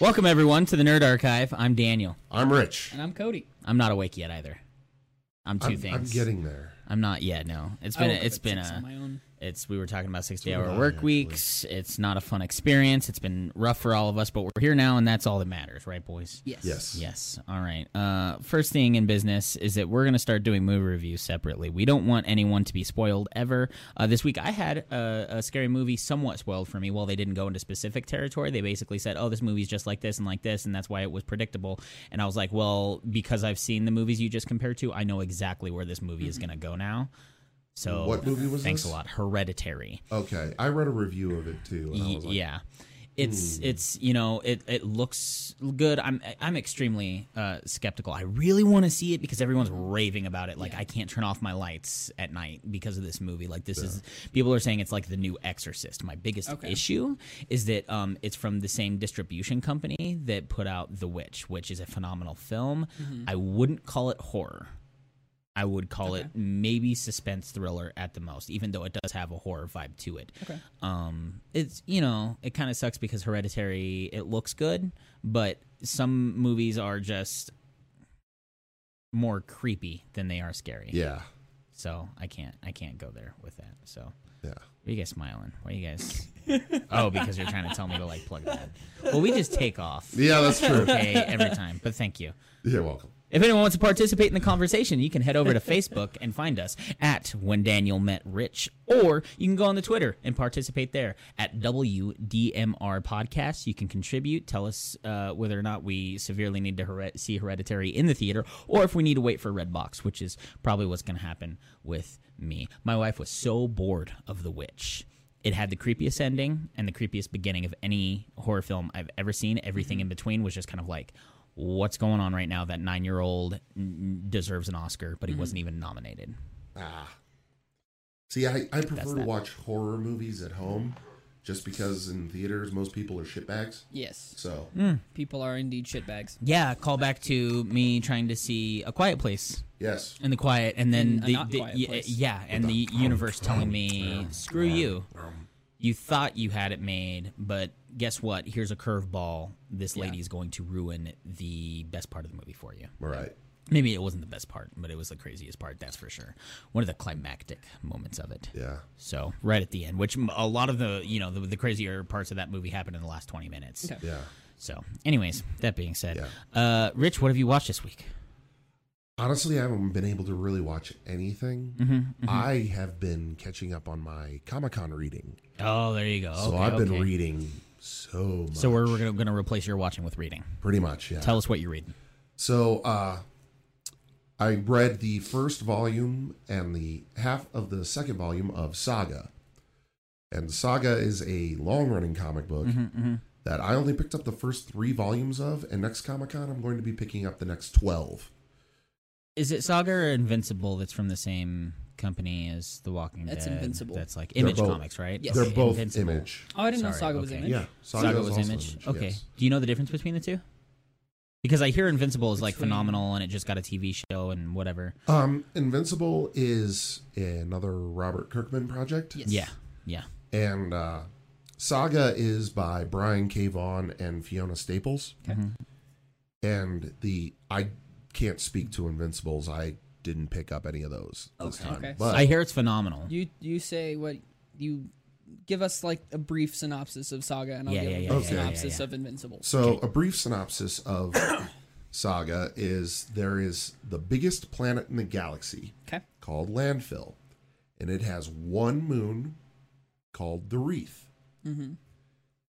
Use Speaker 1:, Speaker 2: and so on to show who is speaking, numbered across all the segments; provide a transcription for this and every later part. Speaker 1: Welcome everyone to the Nerd Archive. I'm Daniel,
Speaker 2: I'm rich.
Speaker 3: And I'm Cody.
Speaker 1: I'm not awake yet either. I'm 2
Speaker 2: I'm,
Speaker 1: things.
Speaker 2: I'm getting there.
Speaker 1: I'm not yet. No, it's been.
Speaker 3: I woke
Speaker 1: a-
Speaker 3: up
Speaker 1: it's
Speaker 3: at
Speaker 1: been
Speaker 3: six on
Speaker 1: a.
Speaker 3: my own.
Speaker 1: It's. We were talking about
Speaker 2: did
Speaker 1: sixty-hour
Speaker 2: I,
Speaker 1: work
Speaker 2: actually.
Speaker 1: weeks. It's not a fun experience. It's been rough for all of us, but we're here now, and that's all that matters, right, boys?
Speaker 3: Yes.
Speaker 2: Yes.
Speaker 1: Yes. All right. Uh, first thing in business is that we're going to start doing movie reviews separately. We don't want anyone to be spoiled ever. Uh, this week, I had a, a scary movie somewhat spoiled for me. While they didn't go into specific territory, they basically said, "Oh, this movie's just like this and like this, and that's why it was predictable." And I was like, "Well, because I've seen the movies you just compared to, I know exactly where this movie is going to go now." So,
Speaker 2: Mm-hmm. What movie was
Speaker 1: Thanks
Speaker 2: this?
Speaker 1: a lot. Hereditary.
Speaker 2: Okay, I read a review of it too, and I
Speaker 1: Y-
Speaker 2: was like,
Speaker 1: yeah it's it's you know it it looks good i'm i'm extremely uh skeptical i really want to see it because everyone's raving about it like i can't turn off my lights at night because of this movie like this is people are saying it's like the new exorcist my biggest
Speaker 3: Okay.
Speaker 1: issue is that um it's from the same distribution company that put out the witch which is a phenomenal film i wouldn't call it horror I would call it maybe suspense thriller at the most, even though it does have a horror vibe to it.
Speaker 3: Okay.
Speaker 1: Um, it's you know it kind of sucks because Hereditary it looks good, but some movies are just more creepy than they are scary.
Speaker 2: yeah,
Speaker 1: So I can't I can't go there with that. So why
Speaker 2: yeah.
Speaker 1: are you guys smiling? Why are you guys? oh, because you're trying to tell me to like plug that. Well, we just take off.
Speaker 2: Yeah, that's true.
Speaker 1: Okay, every time. But thank you.
Speaker 2: You're welcome.
Speaker 1: If anyone wants to participate in the conversation, you can head over to Facebook and find us at When Daniel Met Rich, or you can go on the Twitter and participate there at WDMR Podcast. You can contribute, tell us uh, whether or not we severely need to here- see Hereditary in the theater, or if we need to wait for Redbox, which is probably what's going to happen with me. My wife was so bored of The Witch. It had the creepiest ending and the creepiest beginning of any horror film I've ever seen.
Speaker 3: Mm-hmm.
Speaker 1: Everything in between was just kind of like, what's going on right now that nine year old deserves an Oscar, but he
Speaker 3: Mm-hmm.
Speaker 1: wasn't even nominated.
Speaker 2: Ah. See, I, I prefer to
Speaker 1: that.
Speaker 2: watch horror movies at home, just because in theaters most people are shitbags.
Speaker 3: Yes.
Speaker 2: So
Speaker 1: Hmm.
Speaker 3: People are indeed shitbags.
Speaker 1: Yeah, call back to me trying to see A Quiet Place
Speaker 2: yes,
Speaker 1: in the quiet, and then
Speaker 3: In a
Speaker 1: the,
Speaker 3: not
Speaker 1: the-
Speaker 3: quiet
Speaker 1: y-
Speaker 3: place.
Speaker 1: yeah, and the universe telling me, "Screw you! You thought you had it made, but guess what? Here's a curveball. This
Speaker 3: Yeah.
Speaker 1: lady is going to ruin the best part of the movie for you."
Speaker 2: all right.
Speaker 1: Maybe it wasn't the best part, but it was the craziest part. That's for sure. One of the climactic moments of it.
Speaker 2: Yeah,
Speaker 1: So right at the end, which m- a lot of the you know the, the crazier parts of that movie happened in the last twenty minutes.
Speaker 3: Okay.
Speaker 2: yeah.
Speaker 1: So, anyways, that being said,
Speaker 2: Yeah.
Speaker 1: uh, Rich, what have you watched this week?
Speaker 2: Honestly, I haven't been able to really watch anything.
Speaker 1: Mm-hmm,
Speaker 2: I have been catching up on my Comic Con reading,
Speaker 1: Oh, there you go.
Speaker 2: so I've been reading so much.
Speaker 1: So we're, we're gonna, gonna replace your watching with reading.
Speaker 2: pretty much yeah.
Speaker 1: Tell us what you're reading.
Speaker 2: So uh, I read the first volume and the half of the second volume of Saga. And Saga is a long running comic book
Speaker 1: Mm-hmm.
Speaker 2: that I only picked up the first three volumes of, and next Comic Con I'm going to be picking up the next twelve.
Speaker 1: Is it Saga or Invincible? That's from the same company as The Walking
Speaker 3: That's
Speaker 1: Dead?
Speaker 3: Invincible.
Speaker 1: That's like
Speaker 2: They're
Speaker 1: Image
Speaker 2: both-
Speaker 1: Comics, right?
Speaker 3: Yes.
Speaker 2: They're
Speaker 1: Okay,
Speaker 2: both
Speaker 1: Invincible.
Speaker 2: image.
Speaker 3: Oh, I didn't know
Speaker 1: Sorry,
Speaker 3: Saga was
Speaker 1: okay.
Speaker 3: in it.
Speaker 2: Yeah.
Speaker 1: Saga,
Speaker 2: is
Speaker 1: was
Speaker 2: also
Speaker 1: Image.
Speaker 2: yes.
Speaker 1: Okay. Do you know the difference between the two? Because I hear Invincible is like
Speaker 3: Between-
Speaker 1: phenomenal and it just got a TV show and whatever.
Speaker 2: Um, Invincible is another Robert Kirkman project.
Speaker 3: Yes.
Speaker 1: Yeah. Yeah.
Speaker 2: And uh, Saga is by Brian K. Vaughan and Fiona Staples. Mm-hmm.
Speaker 3: Okay.
Speaker 2: And the I can't speak to Invincibles. I didn't pick up any of those this
Speaker 3: Okay.
Speaker 2: time.
Speaker 3: Okay.
Speaker 2: But
Speaker 1: I hear it's phenomenal.
Speaker 3: You you say what you give us like a brief synopsis of Saga, and I'll
Speaker 1: Yeah,
Speaker 3: give
Speaker 1: yeah,
Speaker 3: a
Speaker 1: yeah,
Speaker 3: brief
Speaker 2: yeah, yeah,
Speaker 3: synopsis
Speaker 1: yeah.
Speaker 3: of Invincible.
Speaker 2: so a brief synopsis of Saga is there is the biggest planet in the galaxy
Speaker 3: Okay.
Speaker 2: called Landfill, and it has one moon called the Wreath.
Speaker 3: Mm-hmm.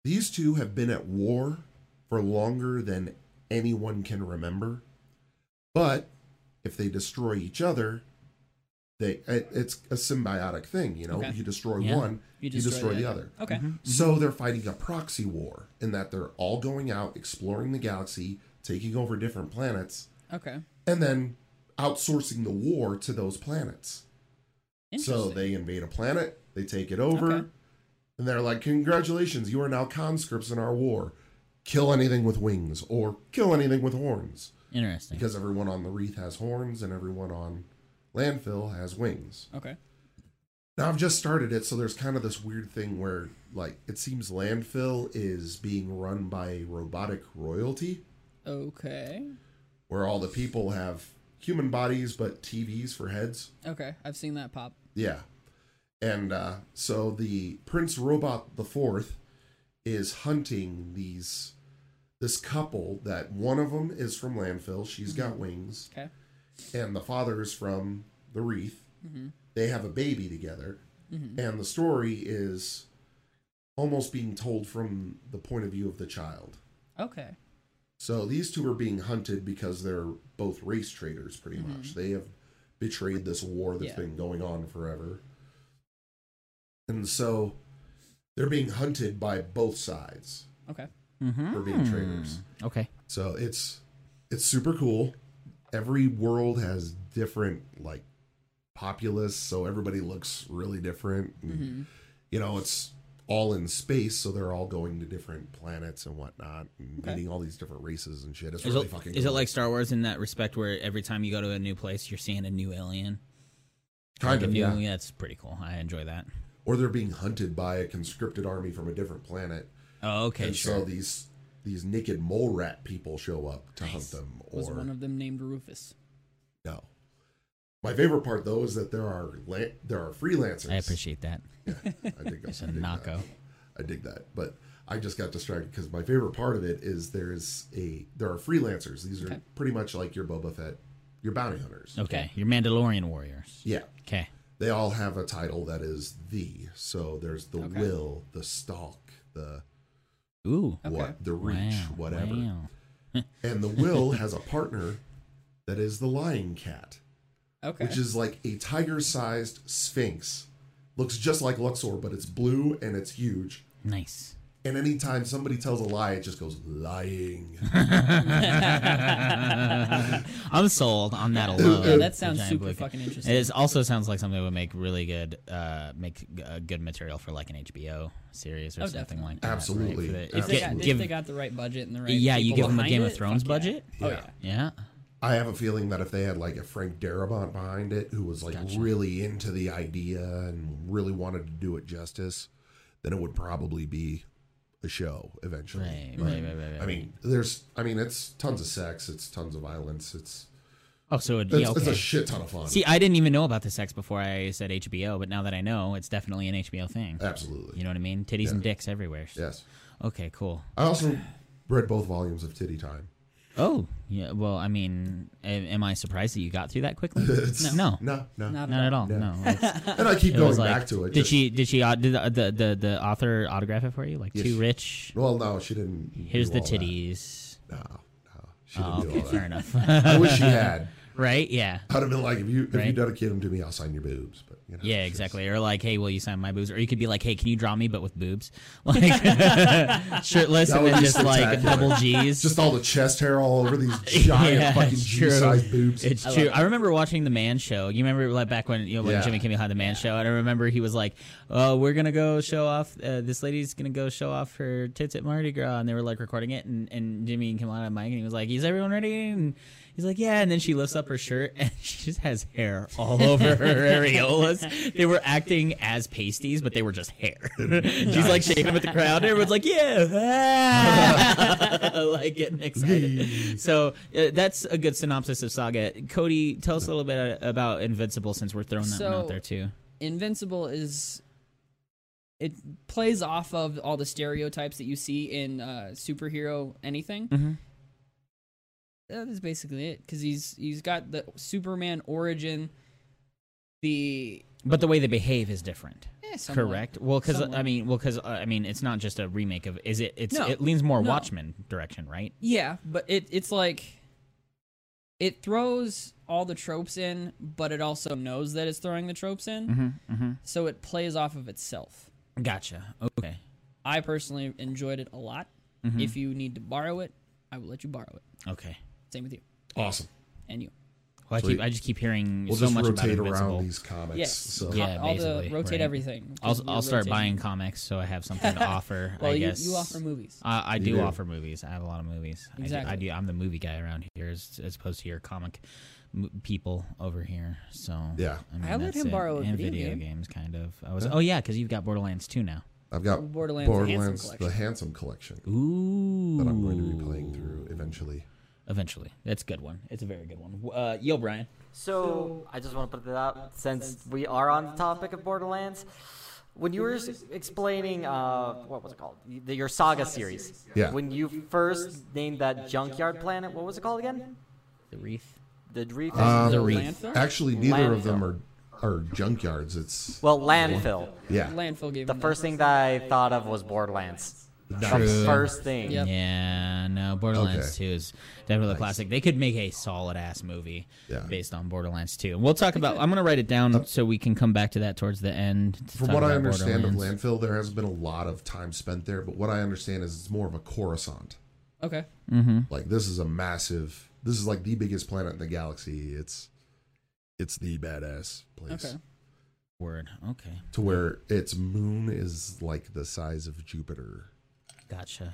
Speaker 2: These two have been at war for longer than anyone can remember. But if they destroy each other, they it, it's a symbiotic thing, you know.
Speaker 3: Okay.
Speaker 2: You destroy
Speaker 1: Yeah.
Speaker 2: one, you destroy, the other. Mm-hmm.
Speaker 3: Okay.
Speaker 2: So they're fighting a proxy war in that they're all going out exploring the galaxy, taking over different planets,
Speaker 3: Okay.
Speaker 2: and then outsourcing the war to those planets.
Speaker 3: Interesting.
Speaker 2: So they invade a planet, they take it over,
Speaker 3: Okay.
Speaker 2: and they're like, Congratulations, you are now conscripts in our war. Kill anything with wings or kill anything with horns.
Speaker 1: Interesting.
Speaker 2: Because everyone on the wreath has horns and everyone on landfill has wings.
Speaker 3: Okay.
Speaker 2: Now I've just started it, so there's kind of this weird thing where like it seems landfill is being run by robotic royalty,
Speaker 3: Okay.
Speaker 2: where all the people have human bodies but TVs for heads.
Speaker 3: Okay. I've seen that pop.
Speaker 2: Yeah. And uh, so the Prince Robot the Fourth is hunting these this couple that one of them is from landfill. She's got wings,
Speaker 3: Okay.
Speaker 2: and the father is from the wreath. They have a baby together, and the story is almost being told from the point of view of the child.
Speaker 3: Okay.
Speaker 2: So these two are being hunted because they're both race traitors, pretty
Speaker 1: Mm-hmm.
Speaker 2: much. They have betrayed this war that's
Speaker 3: Yeah.
Speaker 2: been going on forever. And so they're being hunted by both sides
Speaker 3: Okay.
Speaker 1: Mm-hmm.
Speaker 2: for being traitors.
Speaker 1: Okay.
Speaker 2: So it's it's super cool. Every world has different like populace, so everybody looks really different. And,
Speaker 1: Mm-hmm.
Speaker 3: Mm-hmm.
Speaker 2: You know, it's all in space, so they're all going to different planets and whatnot, and
Speaker 3: Okay.
Speaker 2: meeting all these different races and shit. It's
Speaker 1: Is
Speaker 2: really
Speaker 1: it,
Speaker 2: fucking.
Speaker 1: is it
Speaker 2: cool.
Speaker 1: like Star Wars in that respect, where every time you go to a new place, you're seeing a new alien?
Speaker 2: kind
Speaker 1: Like a
Speaker 2: of
Speaker 1: new-
Speaker 2: yeah.
Speaker 1: yeah, it's pretty cool. I enjoy that.
Speaker 2: or they're being hunted by a conscripted army from a different planet,
Speaker 1: Oh, okay,
Speaker 2: and
Speaker 1: sure.
Speaker 2: so these these naked mole rat people show up to hunt them. Or
Speaker 3: Was one of them named Rufus?
Speaker 2: no. My favorite part though is that there are la- there are freelancers.
Speaker 1: I appreciate that.
Speaker 2: I dig that.
Speaker 1: It's a
Speaker 2: I dig that.
Speaker 1: knocko.
Speaker 2: I dig that. But I just got distracted because my favorite part of it is there's a there are freelancers. These are
Speaker 3: Okay.
Speaker 2: pretty much like your Boba Fett, your bounty hunters.
Speaker 1: Okay, your Mandalorian warriors.
Speaker 2: Yeah,
Speaker 1: Okay.
Speaker 2: they all have a title that is the. So there's the
Speaker 3: Okay.
Speaker 2: will, the stalk, the
Speaker 1: Ooh.
Speaker 3: Okay.
Speaker 2: what, the reach,
Speaker 1: wow,
Speaker 2: whatever.
Speaker 1: wow.
Speaker 2: And the will has a partner that is the lion cat,
Speaker 3: Okay.
Speaker 2: which is like a tiger-sized sphinx. Looks just like Luxor, but it's blue and it's huge.
Speaker 1: Nice.
Speaker 2: And anytime somebody tells a lie, it just goes lying.
Speaker 1: I'm sold on that alone.
Speaker 3: yeah, that sounds
Speaker 1: Giant
Speaker 3: super
Speaker 1: blue-
Speaker 3: fucking
Speaker 1: It
Speaker 3: interesting.
Speaker 1: is, also sounds like something that would make really good, uh, make uh, good material for like an HBO series or
Speaker 3: Oh,
Speaker 1: something
Speaker 3: definitely.
Speaker 1: like that. right?
Speaker 2: Absolutely.
Speaker 1: For the-
Speaker 3: if,
Speaker 1: If,
Speaker 3: they
Speaker 1: get-
Speaker 3: got, if
Speaker 1: give,
Speaker 3: they got the right budget and the right
Speaker 1: yeah, you
Speaker 3: people
Speaker 1: give them a
Speaker 3: behind
Speaker 1: Game
Speaker 3: it,
Speaker 1: of Thrones
Speaker 3: fuck yeah.
Speaker 1: budget.
Speaker 3: Oh
Speaker 2: Yeah.
Speaker 3: yeah.
Speaker 1: Yeah.
Speaker 2: I have a feeling that if they had like a Frank Darabont behind it, who was like really into the idea and really wanted to do it justice, then it would probably be a show eventually.
Speaker 1: Right,
Speaker 3: Mm.
Speaker 1: right, right, right, right.
Speaker 2: I mean, there's, I mean, it's tons of sex, it's tons of violence, it's
Speaker 1: oh, so it,
Speaker 2: it's,
Speaker 1: yeah,
Speaker 2: it's
Speaker 1: okay.
Speaker 2: a shit ton of fun.
Speaker 1: See, I didn't even know about the sex before I said HBO, but now that I know, it's definitely an HBO thing.
Speaker 2: Absolutely,
Speaker 1: You know what I mean? Titties and dicks everywhere.
Speaker 2: yes.
Speaker 1: Okay, cool.
Speaker 2: I also read both volumes of Titty Time.
Speaker 1: Oh, yeah. Well, I mean, a- am I surprised that you got through that quickly?
Speaker 2: It's-
Speaker 1: No.
Speaker 2: no, no,
Speaker 3: Not
Speaker 1: Not at all. No. It's-
Speaker 2: and I keep
Speaker 1: it
Speaker 2: going
Speaker 1: was like,
Speaker 2: back to it.
Speaker 1: Did
Speaker 2: just-
Speaker 1: she? Did she? au- Did the the the, the author autograph it for you? Like
Speaker 2: Yes.
Speaker 1: too rich.
Speaker 2: Well, no, she didn't. do
Speaker 1: Here's the
Speaker 2: all that.
Speaker 1: titties.
Speaker 2: No, no, she didn't
Speaker 1: Oh,
Speaker 2: do
Speaker 1: okay,
Speaker 2: all that.
Speaker 1: fair enough.
Speaker 2: I wish she had.
Speaker 1: right? Yeah.
Speaker 2: I'd have been like, if you if you
Speaker 1: Right.
Speaker 2: dedicate them to me, I'll sign your boobs. But you know,
Speaker 1: Yeah,
Speaker 2: it's just-
Speaker 1: exactly. Or like, hey, will you sign my boobs? Or you could be like, hey, can you draw me but with boobs? Like shirtless
Speaker 2: That
Speaker 1: and
Speaker 2: would
Speaker 1: then
Speaker 2: be
Speaker 1: just like
Speaker 2: spectacular.
Speaker 1: double G's.
Speaker 2: Just all the chest hair all over these giant
Speaker 1: Yeah,
Speaker 2: fucking
Speaker 1: it's true.
Speaker 2: G-sized boobs.
Speaker 1: It's true. I remember watching the Man Show. You remember like back when you know when
Speaker 2: Yeah.
Speaker 1: Jimmy Kimmel had the Man Show, and I remember he was like, "Oh, we're gonna go show off. Uh, this lady's gonna go show off her tits at Mardi Gras," and they were like recording it, and, and Jimmy and Kimmel had a mic, and he was like, "Is everyone ready?" And he's like, "Yeah," and then she lifts up her shirt, and she just has hair all over her areolas. They were acting as pasties, but they were just hair. She's like shaking with the crowd. Everyone's like, "Yeah." Ah. like getting excited. So uh, that's a good synopsis of Saga. Cody, tell us a little bit uh, about Invincible since we're throwing that one
Speaker 3: So-
Speaker 1: out there too.
Speaker 3: Invincible is it plays off of all the stereotypes that you see in uh, superhero anything.
Speaker 2: Mm-hmm.
Speaker 1: Mhm.
Speaker 3: That is basically it because he's he's got the Superman origin, the
Speaker 1: But the way they behave is different.
Speaker 3: eh, somewhat.
Speaker 1: Correct. Well, because I
Speaker 3: Somewhat.
Speaker 1: mean, well, because uh, I mean, it's not just a remake of. Is it? It's
Speaker 3: No.
Speaker 1: it leans more
Speaker 3: No.
Speaker 1: Watchmen direction, right?
Speaker 3: Yeah, but it it's like it throws all the tropes in, but it also knows that it's throwing the tropes in, so it plays off of itself.
Speaker 1: Gotcha. Okay.
Speaker 3: I personally enjoyed it a lot. If you need to borrow it, I will let you borrow it.
Speaker 1: Okay.
Speaker 3: Same with you
Speaker 2: awesome.
Speaker 3: and you.
Speaker 1: Well, I
Speaker 2: Sweet.
Speaker 1: keep. I just keep hearing
Speaker 2: We'll
Speaker 1: so
Speaker 2: just
Speaker 1: much about
Speaker 2: rotate
Speaker 1: Invincible.
Speaker 2: around these comics.
Speaker 3: Yes.
Speaker 2: So
Speaker 1: Yeah.
Speaker 3: all the
Speaker 1: basically,
Speaker 3: rotate
Speaker 1: right.
Speaker 3: everything.
Speaker 1: I'll,
Speaker 3: 'cause we're
Speaker 1: I'll start
Speaker 3: rotating.
Speaker 1: buying comics so I have something to offer.
Speaker 3: Well,
Speaker 1: I
Speaker 3: you,
Speaker 1: guess
Speaker 3: you offer movies.
Speaker 1: I, I do,
Speaker 2: do.
Speaker 1: offer movies. I have a lot of movies. I do- I
Speaker 3: Exactly.
Speaker 1: do, I am the movie guy around here, as, as opposed to your comic m- people over here. So
Speaker 2: Yeah.
Speaker 3: I let
Speaker 1: that's
Speaker 3: him
Speaker 1: it.
Speaker 3: borrow a
Speaker 1: and
Speaker 3: video game.
Speaker 1: games, kind of. I was oh yeah, because you've got Borderlands two now.
Speaker 2: I've got
Speaker 3: Borderlands
Speaker 2: Borderlands,
Speaker 3: Handsome Collection.
Speaker 2: the Handsome Collection
Speaker 1: Ooh,
Speaker 2: that I'm going to be playing through eventually.
Speaker 1: eventually. That's a good one. It's a very good one. Uh, yo, Brian.
Speaker 4: So I just want to put that up since we are on the topic of Borderlands. When you were s- explaining, uh, what was it called? Y- The, your saga series.
Speaker 2: Yeah.
Speaker 4: When you first named that junkyard planet, what was it called again?
Speaker 1: The wreath.
Speaker 4: The reef.
Speaker 2: Um,
Speaker 1: The wreath.
Speaker 3: Landfill?
Speaker 2: Actually, neither of them are are junkyards. It's
Speaker 4: well, landfill.
Speaker 2: yeah,
Speaker 3: Landfill gave
Speaker 4: The
Speaker 3: him
Speaker 4: first thing that I thought of was Borderlands. The
Speaker 2: Nice.
Speaker 4: first thing.
Speaker 3: Yep.
Speaker 1: Yeah, no, Borderlands
Speaker 2: Okay.
Speaker 1: 2 is definitely a classic. They could make a solid ass movie
Speaker 2: Yeah. Uh,
Speaker 1: based on Borderlands 2. And we'll talk about I'm going to write it down so we can come back to that towards the end. to
Speaker 2: From
Speaker 1: talk
Speaker 2: what I
Speaker 1: about
Speaker 2: understand of
Speaker 1: Borderlands.
Speaker 2: landfill, there hasn't been a lot of time spent there. But what I understand is it's more of a Coruscant.
Speaker 3: that. Okay.
Speaker 1: Mm-hmm.
Speaker 2: Like this is a massive. This is like the biggest planet in the galaxy. It's it's the badass place
Speaker 3: Okay.
Speaker 1: word. Okay.
Speaker 2: to where its moon is like the size of Jupiter.
Speaker 1: Gotcha.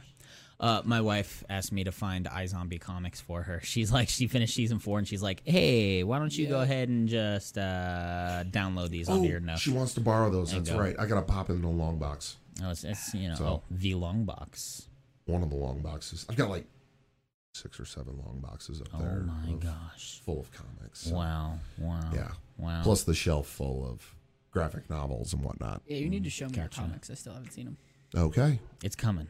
Speaker 1: Uh, my wife asked me to find iZombie comics for her. She's like, she finished season four, and she's like, "Hey, why don't you go ahead and just uh, download these onto your note?"
Speaker 2: she wants to borrow those. That's
Speaker 1: go.
Speaker 2: right. I gotta pop in the long box.
Speaker 1: Oh, it's, it's you know
Speaker 2: So-
Speaker 1: oh, the long box.
Speaker 2: One of the long boxes. I've got like six or seven long boxes up
Speaker 1: Oh
Speaker 2: there.
Speaker 1: my
Speaker 2: of-
Speaker 1: gosh!
Speaker 2: Full of comics.
Speaker 1: Wow! Wow!
Speaker 2: Yeah.
Speaker 1: Wow!
Speaker 2: Plus the shelf full of graphic novels and whatnot.
Speaker 3: Yeah, you need to show me
Speaker 1: Gotcha.
Speaker 3: your comics. I still haven't seen them.
Speaker 2: Okay.
Speaker 1: It's coming.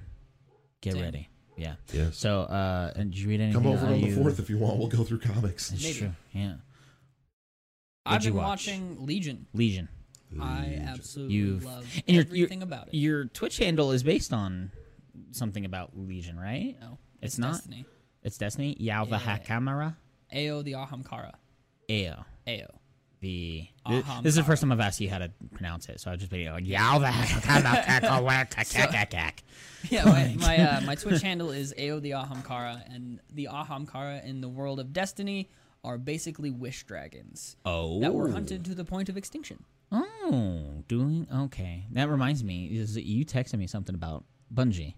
Speaker 1: Get
Speaker 3: Damn.
Speaker 1: ready. Yeah.
Speaker 2: Yes.
Speaker 1: So, uh, and did you read anything?
Speaker 2: Come over
Speaker 1: out
Speaker 2: on the
Speaker 1: you-
Speaker 2: fourth if you want. We'll go through comics.
Speaker 1: It's
Speaker 3: Maybe.
Speaker 1: true. Yeah.
Speaker 3: I've
Speaker 1: What'd you
Speaker 3: been
Speaker 1: watch?
Speaker 3: watching Legion.
Speaker 1: Legion.
Speaker 3: I absolutely
Speaker 1: You've-
Speaker 3: love
Speaker 1: and you're-
Speaker 3: everything about it.
Speaker 1: Your Twitch handle is based on something about Legion, right?
Speaker 3: no,
Speaker 1: It's not?
Speaker 3: Destiny.
Speaker 1: It's Destiny. Yalva
Speaker 3: Yeah.
Speaker 1: Hakamara.
Speaker 3: Ao the Ahamkara.
Speaker 1: Ayo.
Speaker 3: Ao.
Speaker 1: The
Speaker 3: Ahamkara.
Speaker 1: this is the first time I've asked you how to pronounce it, so I've just been like Yalva Hakamara.
Speaker 3: Yeah,
Speaker 1: Oh
Speaker 3: my my, uh, my Twitch handle is Ao the Ahamkara, and the Ahamkara in the world of Destiny are basically wish dragons
Speaker 1: Oh.
Speaker 3: that were hunted to the point of extinction.
Speaker 1: Oh, doing okay. That reminds me, is that you texted me something about Bungie.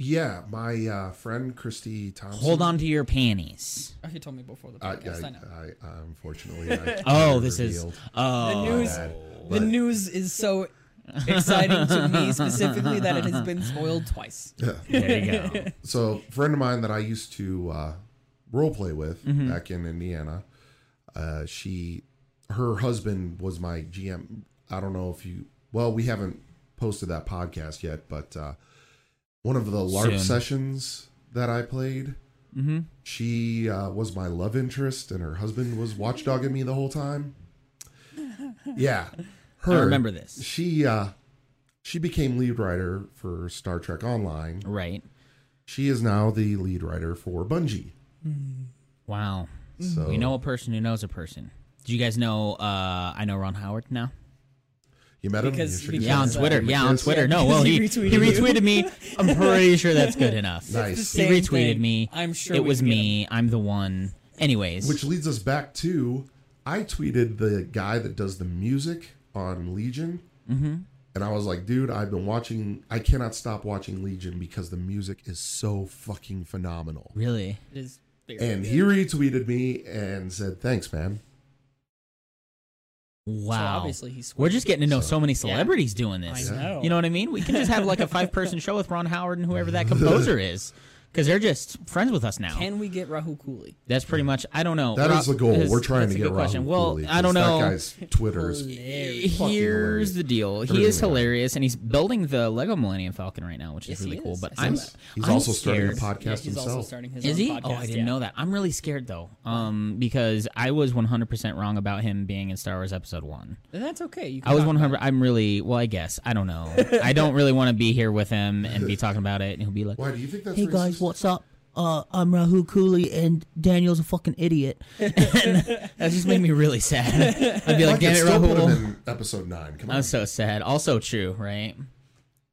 Speaker 2: Yeah, my uh, friend Christy Thompson.
Speaker 1: Hold on to your panties.
Speaker 3: Oh, he told me before the
Speaker 1: Uh,
Speaker 2: I, I,
Speaker 3: podcast. I, know.
Speaker 2: I, I- unfortunately. I
Speaker 1: Oh, this is
Speaker 2: revealed.
Speaker 1: oh.
Speaker 3: the news, the news is so exciting to me specifically that it has been spoiled twice.
Speaker 1: There you go.
Speaker 2: so a friend of mine that I used to uh, role play with
Speaker 1: Mm-hmm.
Speaker 2: back in Indiana, uh, she, her husband was my GM. I don't know if you. Well, we haven't posted that podcast yet, but uh, one of the LARP
Speaker 1: Soon. Mm-hmm.
Speaker 2: sessions that I played, she uh, was my love interest, and her husband was watchdogging me the whole time. Yeah, her.
Speaker 1: I remember this.
Speaker 2: She uh, she became lead writer for Star Trek Online.
Speaker 1: Right.
Speaker 2: She is now the lead writer for Bungie.
Speaker 1: Wow.
Speaker 2: So
Speaker 1: We know a person who knows a person. Do you guys know? Uh, I know Ron Howard now.
Speaker 2: you met him.
Speaker 3: Because-
Speaker 2: You shook
Speaker 3: because-
Speaker 2: his
Speaker 1: Yeah, on
Speaker 2: hand?
Speaker 1: Twitter. Yeah, on
Speaker 2: Yes.
Speaker 1: Twitter. No,
Speaker 3: because
Speaker 1: well, he,
Speaker 3: he
Speaker 1: he retweeted,
Speaker 3: retweeted you.
Speaker 1: me. I'm pretty sure that's good enough.
Speaker 2: Nice.
Speaker 1: He
Speaker 3: Same
Speaker 1: retweeted
Speaker 3: thing.
Speaker 1: me.
Speaker 3: I'm sure
Speaker 1: it
Speaker 3: we
Speaker 1: was
Speaker 3: can get
Speaker 1: me. I'm the one. Anyways,
Speaker 2: Which leads us back to I tweeted the guy that does the music on Legion.
Speaker 1: Mm-hmm.
Speaker 2: And I was like, dude, I've been watching. I cannot stop watching Legion because the music is so fucking phenomenal.
Speaker 1: really,
Speaker 3: It is very
Speaker 2: And he retweeted me and said, thanks, man.
Speaker 1: wow.
Speaker 3: obviously he
Speaker 1: we're just getting to know so, many celebrities doing this.
Speaker 3: I know.
Speaker 1: You know what I mean? We can just have like a five person show with Ron Howard and whoever that composer is, because they're just friends with us now.
Speaker 3: Can we get Rahul Cooley?
Speaker 1: that's pretty much. I don't know.
Speaker 2: That is
Speaker 1: Ro-
Speaker 2: the goal.
Speaker 1: that's-
Speaker 2: We're trying
Speaker 1: that's
Speaker 2: to
Speaker 1: a
Speaker 2: get
Speaker 1: good question.
Speaker 2: Rahul
Speaker 1: Well,
Speaker 2: Cooley,
Speaker 1: I don't
Speaker 2: 'cause that
Speaker 1: know.
Speaker 2: guy's Twitter is fucking
Speaker 1: Here's
Speaker 2: hilarious.
Speaker 1: the deal. He
Speaker 2: Everything
Speaker 1: is
Speaker 2: about him.
Speaker 1: hilarious, and he's building the Lego Millennium Falcon right now, which is
Speaker 3: Yes,
Speaker 1: really
Speaker 3: he
Speaker 1: cool.
Speaker 3: is.
Speaker 1: But
Speaker 3: I saw
Speaker 1: I'm
Speaker 3: that.
Speaker 2: He's
Speaker 1: I'm
Speaker 2: also starting a
Speaker 1: scared.
Speaker 2: podcast
Speaker 3: Yeah, he's
Speaker 2: himself.
Speaker 3: also starting his
Speaker 1: Is
Speaker 3: own
Speaker 1: he?
Speaker 3: podcast.
Speaker 1: oh, I didn't
Speaker 3: yeah.
Speaker 1: know that. I'm really scared though, um, because I was 100% wrong about him being in Star Wars Episode One.
Speaker 3: And that's okay. You can
Speaker 1: I was
Speaker 3: talk about
Speaker 1: 100. I'm really well. I guess I don't know. I don't really want to be here with him and be talking about it, and he'll be like,
Speaker 2: Why do you think that's
Speaker 5: Hey
Speaker 2: racist?
Speaker 5: guys, what's up? Uh, I'm Rahul Cooley, and Daniel's a fucking idiot.
Speaker 1: "That just made me really sad." I'd be
Speaker 2: I
Speaker 1: like,
Speaker 2: could
Speaker 1: "Damn it,
Speaker 2: still put him
Speaker 1: Rahul."
Speaker 2: in episode nine. Come on,
Speaker 1: I'm so sad. Also true, right?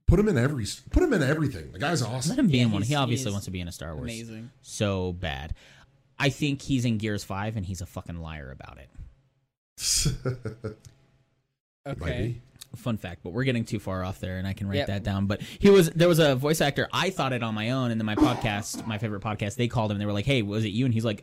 Speaker 2: put him in every. Put him in everything. The guy's
Speaker 1: Let
Speaker 2: awesome.
Speaker 1: him be
Speaker 3: Yeah,
Speaker 1: in one.
Speaker 3: he's-
Speaker 1: He obviously
Speaker 3: he's
Speaker 1: wants to be in a Star Wars.
Speaker 3: amazing.
Speaker 1: So bad. I think he's in Gears 5 and he's a fucking liar about it.
Speaker 3: that.
Speaker 2: Might
Speaker 3: Okay.
Speaker 2: be.
Speaker 1: fun fact, but we're getting too far off there, and I can write
Speaker 3: Yep.
Speaker 1: that down. But he was there was a voice actor. I thought it on my own, and then my podcast, my favorite podcast, they called him. and They were like, "Hey, was it you?" And he's like,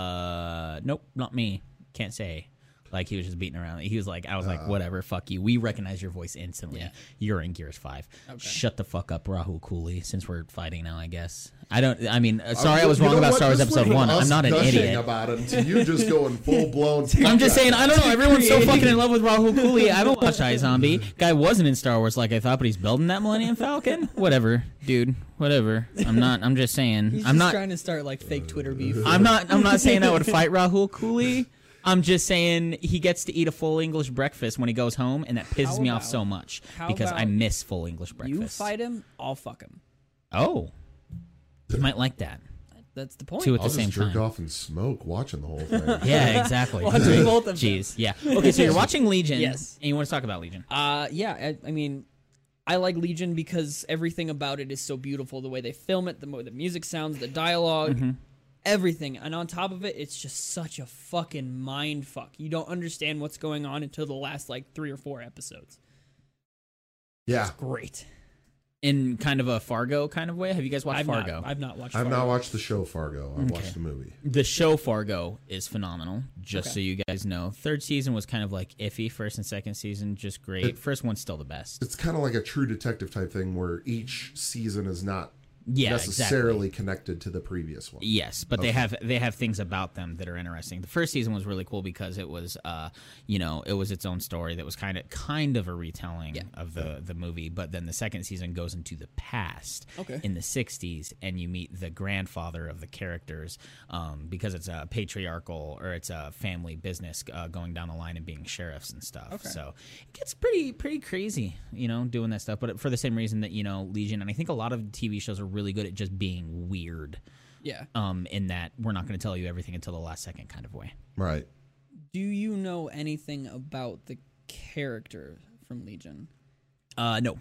Speaker 1: "Uh, nope, not me. Can't say." Like he was just beating around. He was like, "I was
Speaker 2: Uh.
Speaker 1: like, whatever, fuck you. We recognize your voice instantly. You're in Gears Five. Shut the fuck up, Rahul Cooley. Since we're fighting now, I guess. I don't. I mean, uh, sorry, I was
Speaker 2: You
Speaker 1: wrong
Speaker 2: know
Speaker 1: about
Speaker 2: what?
Speaker 1: Star Wars
Speaker 2: This
Speaker 1: Episode
Speaker 2: went
Speaker 1: One.
Speaker 2: from
Speaker 1: I'm
Speaker 2: us
Speaker 1: not an
Speaker 2: gushing
Speaker 1: idiot.
Speaker 2: about him to you just going full blown.
Speaker 1: I'm just saying, I don't know. Everyone's so fucking in love with Rahul Cooley. I haven't watched Zombie. Guy wasn't in Star Wars like I thought, but he's building that Millennium Falcon. Whatever, dude. Whatever. I'm not. I'm just saying.
Speaker 3: He's
Speaker 1: I'm
Speaker 3: just
Speaker 1: not.
Speaker 3: trying to start like fake
Speaker 2: Uh,
Speaker 3: Twitter beef.
Speaker 1: I'm not. I'm not saying I would fight Rahul Cooley. I'm just saying he gets to eat a full English breakfast when he goes home, and that pisses
Speaker 3: How
Speaker 1: me off
Speaker 3: about-
Speaker 1: so much
Speaker 3: how
Speaker 1: because I
Speaker 3: about
Speaker 1: miss full English breakfast.
Speaker 3: you fight him, I'll fuck him.
Speaker 1: Oh, you might like that
Speaker 3: That's the point.
Speaker 1: too at
Speaker 2: I'll
Speaker 1: the
Speaker 2: just
Speaker 1: same
Speaker 2: jerk
Speaker 1: time.
Speaker 2: off and smoke watching the whole thing.
Speaker 1: Yeah, exactly.
Speaker 3: I'll do both of them.
Speaker 1: Jeez. Yeah. Okay, so you're watching Legion,
Speaker 3: Yes.
Speaker 1: and you want to talk about Legion.
Speaker 3: Uh, yeah, I, I mean, I like Legion because everything about it is so beautiful. The way they film it, the mo- the music sounds, the dialog
Speaker 2: Mm-hmm.
Speaker 3: everything. And on top of it, it's just such a fucking mind fuck. You don't understand what's going on until the last like three or four episodes.
Speaker 2: yeah,
Speaker 3: Great.
Speaker 1: in kind of a Fargo kind of way. Have you guys watched
Speaker 3: I've
Speaker 1: Fargo?
Speaker 3: Not, I've not watched.
Speaker 2: I've
Speaker 3: Fargo.
Speaker 2: not watched the show Fargo. I've watched the movie.
Speaker 1: the show Fargo is phenomenal. Just so you guys know, third season was kind of like iffy. First and second season just great. First one's still the best.
Speaker 2: It's kind of like a true detective type thing where each season is not
Speaker 1: Yeah,
Speaker 2: necessarily connected to the previous one.
Speaker 1: Yes, but they have they have things about them that are interesting. The first season was really cool because it was, uh, you know, it was its own story that was kind of kind of a retelling of the the movie. But then the second season goes into the past,
Speaker 3: Okay.
Speaker 1: in the '60s, and you meet the grandfather of the characters um, because it's a patriarchal or it's a family business uh, going down the line and being sheriffs and stuff. So it gets pretty pretty crazy, you know, doing that stuff. But for the same reason that you know Legion, and I think a lot of TV shows are really good at just being weird
Speaker 3: Yeah.
Speaker 1: um, in that we're not going to tell you everything until the last second kind of way.
Speaker 2: Right.
Speaker 3: Do you know anything about the character from Legion?
Speaker 1: Uh, no.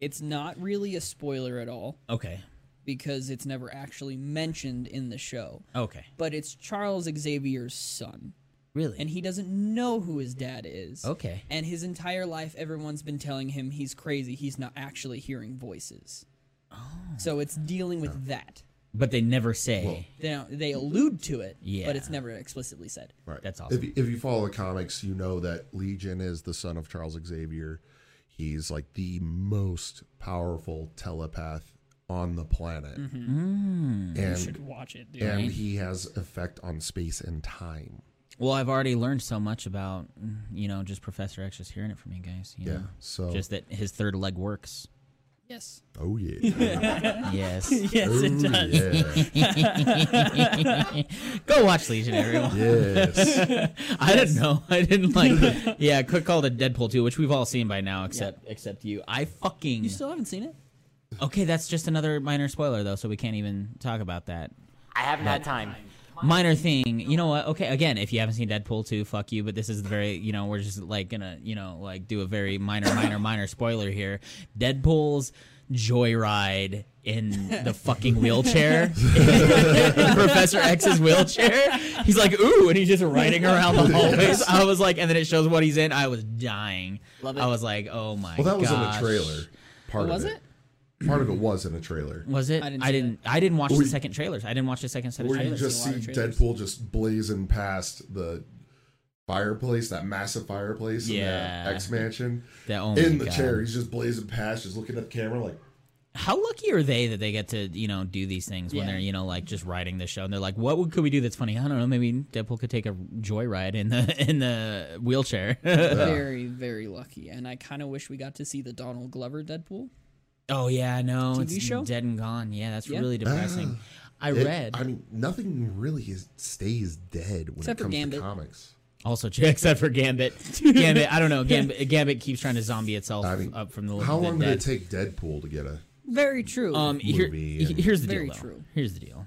Speaker 3: It's not really a spoiler at all
Speaker 1: Okay.
Speaker 3: because it's never actually mentioned in the show.
Speaker 1: Okay.
Speaker 3: But it's Charles Xavier's son.
Speaker 1: Really?
Speaker 3: and he doesn't know who his dad is.
Speaker 1: Okay.
Speaker 3: And his entire life, everyone's been telling him he's crazy. He's not actually hearing voices. Oh. So it's dealing with that.
Speaker 1: but they never say.
Speaker 3: They don't- they allude to it,
Speaker 1: Yeah.
Speaker 3: but it's never explicitly said.
Speaker 2: Right.
Speaker 1: That's awesome.
Speaker 2: If you, if you follow the comics, you know that Legion is the son of Charles Xavier. He's like the most powerful telepath on the planet.
Speaker 3: Mm-hmm. You
Speaker 2: And,
Speaker 3: should watch it, dude.
Speaker 2: and he has effect on space and time.
Speaker 1: Well, I've already learned so much about, you know, just Professor X just hearing it from you guys. You
Speaker 2: Yeah.
Speaker 1: Know?
Speaker 2: So
Speaker 1: Just that his third leg works.
Speaker 3: Yes.
Speaker 2: oh yeah.
Speaker 1: yes.
Speaker 3: Yes, it
Speaker 2: Ooh,
Speaker 3: does.
Speaker 2: yeah.
Speaker 1: Go watch Legion, everyone.
Speaker 2: yes.
Speaker 1: I didn't know. I didn't like. yeah, could call it Deadpool too, which we've all seen by now, except except you. I fucking.
Speaker 3: You still haven't seen it?
Speaker 1: okay, that's just another minor spoiler though, so we can't even talk about that.
Speaker 4: I haven't had time.
Speaker 1: minor thing. You know what? Okay, again, if you haven't seen Deadpool 2, fuck you, but this is the very, you know, we're just like gonna, you know, like do a very minor, minor, minor spoiler here. Deadpool's joyride in the fucking wheelchair, Professor X's wheelchair. He's like, ooh, and he's just riding around the hallways. I was like, and then it shows what he's in. I was dying.
Speaker 4: Love it.
Speaker 1: I was like, oh my.
Speaker 2: Well, that was
Speaker 1: gosh.
Speaker 2: in the trailer. Part
Speaker 3: was
Speaker 2: of
Speaker 3: it? Mm.
Speaker 2: it. Part of it was in a trailer.
Speaker 1: Was it? I
Speaker 3: I
Speaker 1: didn't.
Speaker 3: didn't
Speaker 1: I
Speaker 3: see
Speaker 1: didn't, watch
Speaker 2: Were
Speaker 1: the
Speaker 2: you-
Speaker 1: second trailers. I didn't watch the second set of
Speaker 2: Where you
Speaker 1: trailers.
Speaker 2: just
Speaker 3: see a
Speaker 2: see
Speaker 3: lot of trailers.
Speaker 2: Deadpool just blazing past the fireplace, that massive fireplace in
Speaker 1: Yeah.
Speaker 2: that X mansion.
Speaker 1: That- oh my
Speaker 2: in the
Speaker 1: God.
Speaker 2: chair, he's just blazing past, just looking at the camera like
Speaker 1: how lucky are they that they get to you know do these things when
Speaker 3: Yeah.
Speaker 1: they're you know like just writing the show and they're like what would, could we do that's funny i don't know maybe deadpool could take a joyride in the in the wheelchair
Speaker 3: Very, very lucky. And I kind of wish we got to see the Donald Glover Deadpool.
Speaker 1: oh yeah no
Speaker 3: TV
Speaker 1: it's
Speaker 3: show?
Speaker 1: dead and gone yeah that's
Speaker 3: Yeah.
Speaker 1: really depressing i
Speaker 2: Ah. it-
Speaker 1: read
Speaker 2: I mean, nothing really is, stays dead when
Speaker 3: Except
Speaker 2: it
Speaker 3: for
Speaker 2: comes to
Speaker 3: Gambit.
Speaker 2: comics.
Speaker 1: also except for gambit gambit i don't know gambit, gambit keeps trying to zombie itself
Speaker 2: I mean,
Speaker 1: up from the
Speaker 2: How
Speaker 1: the
Speaker 2: long
Speaker 1: dead.
Speaker 2: did it take Deadpool to get a?
Speaker 3: Very true.
Speaker 1: Um, here-
Speaker 2: movie and-
Speaker 1: here's the
Speaker 3: Very
Speaker 1: deal. Though.
Speaker 3: true.
Speaker 1: Here's the deal.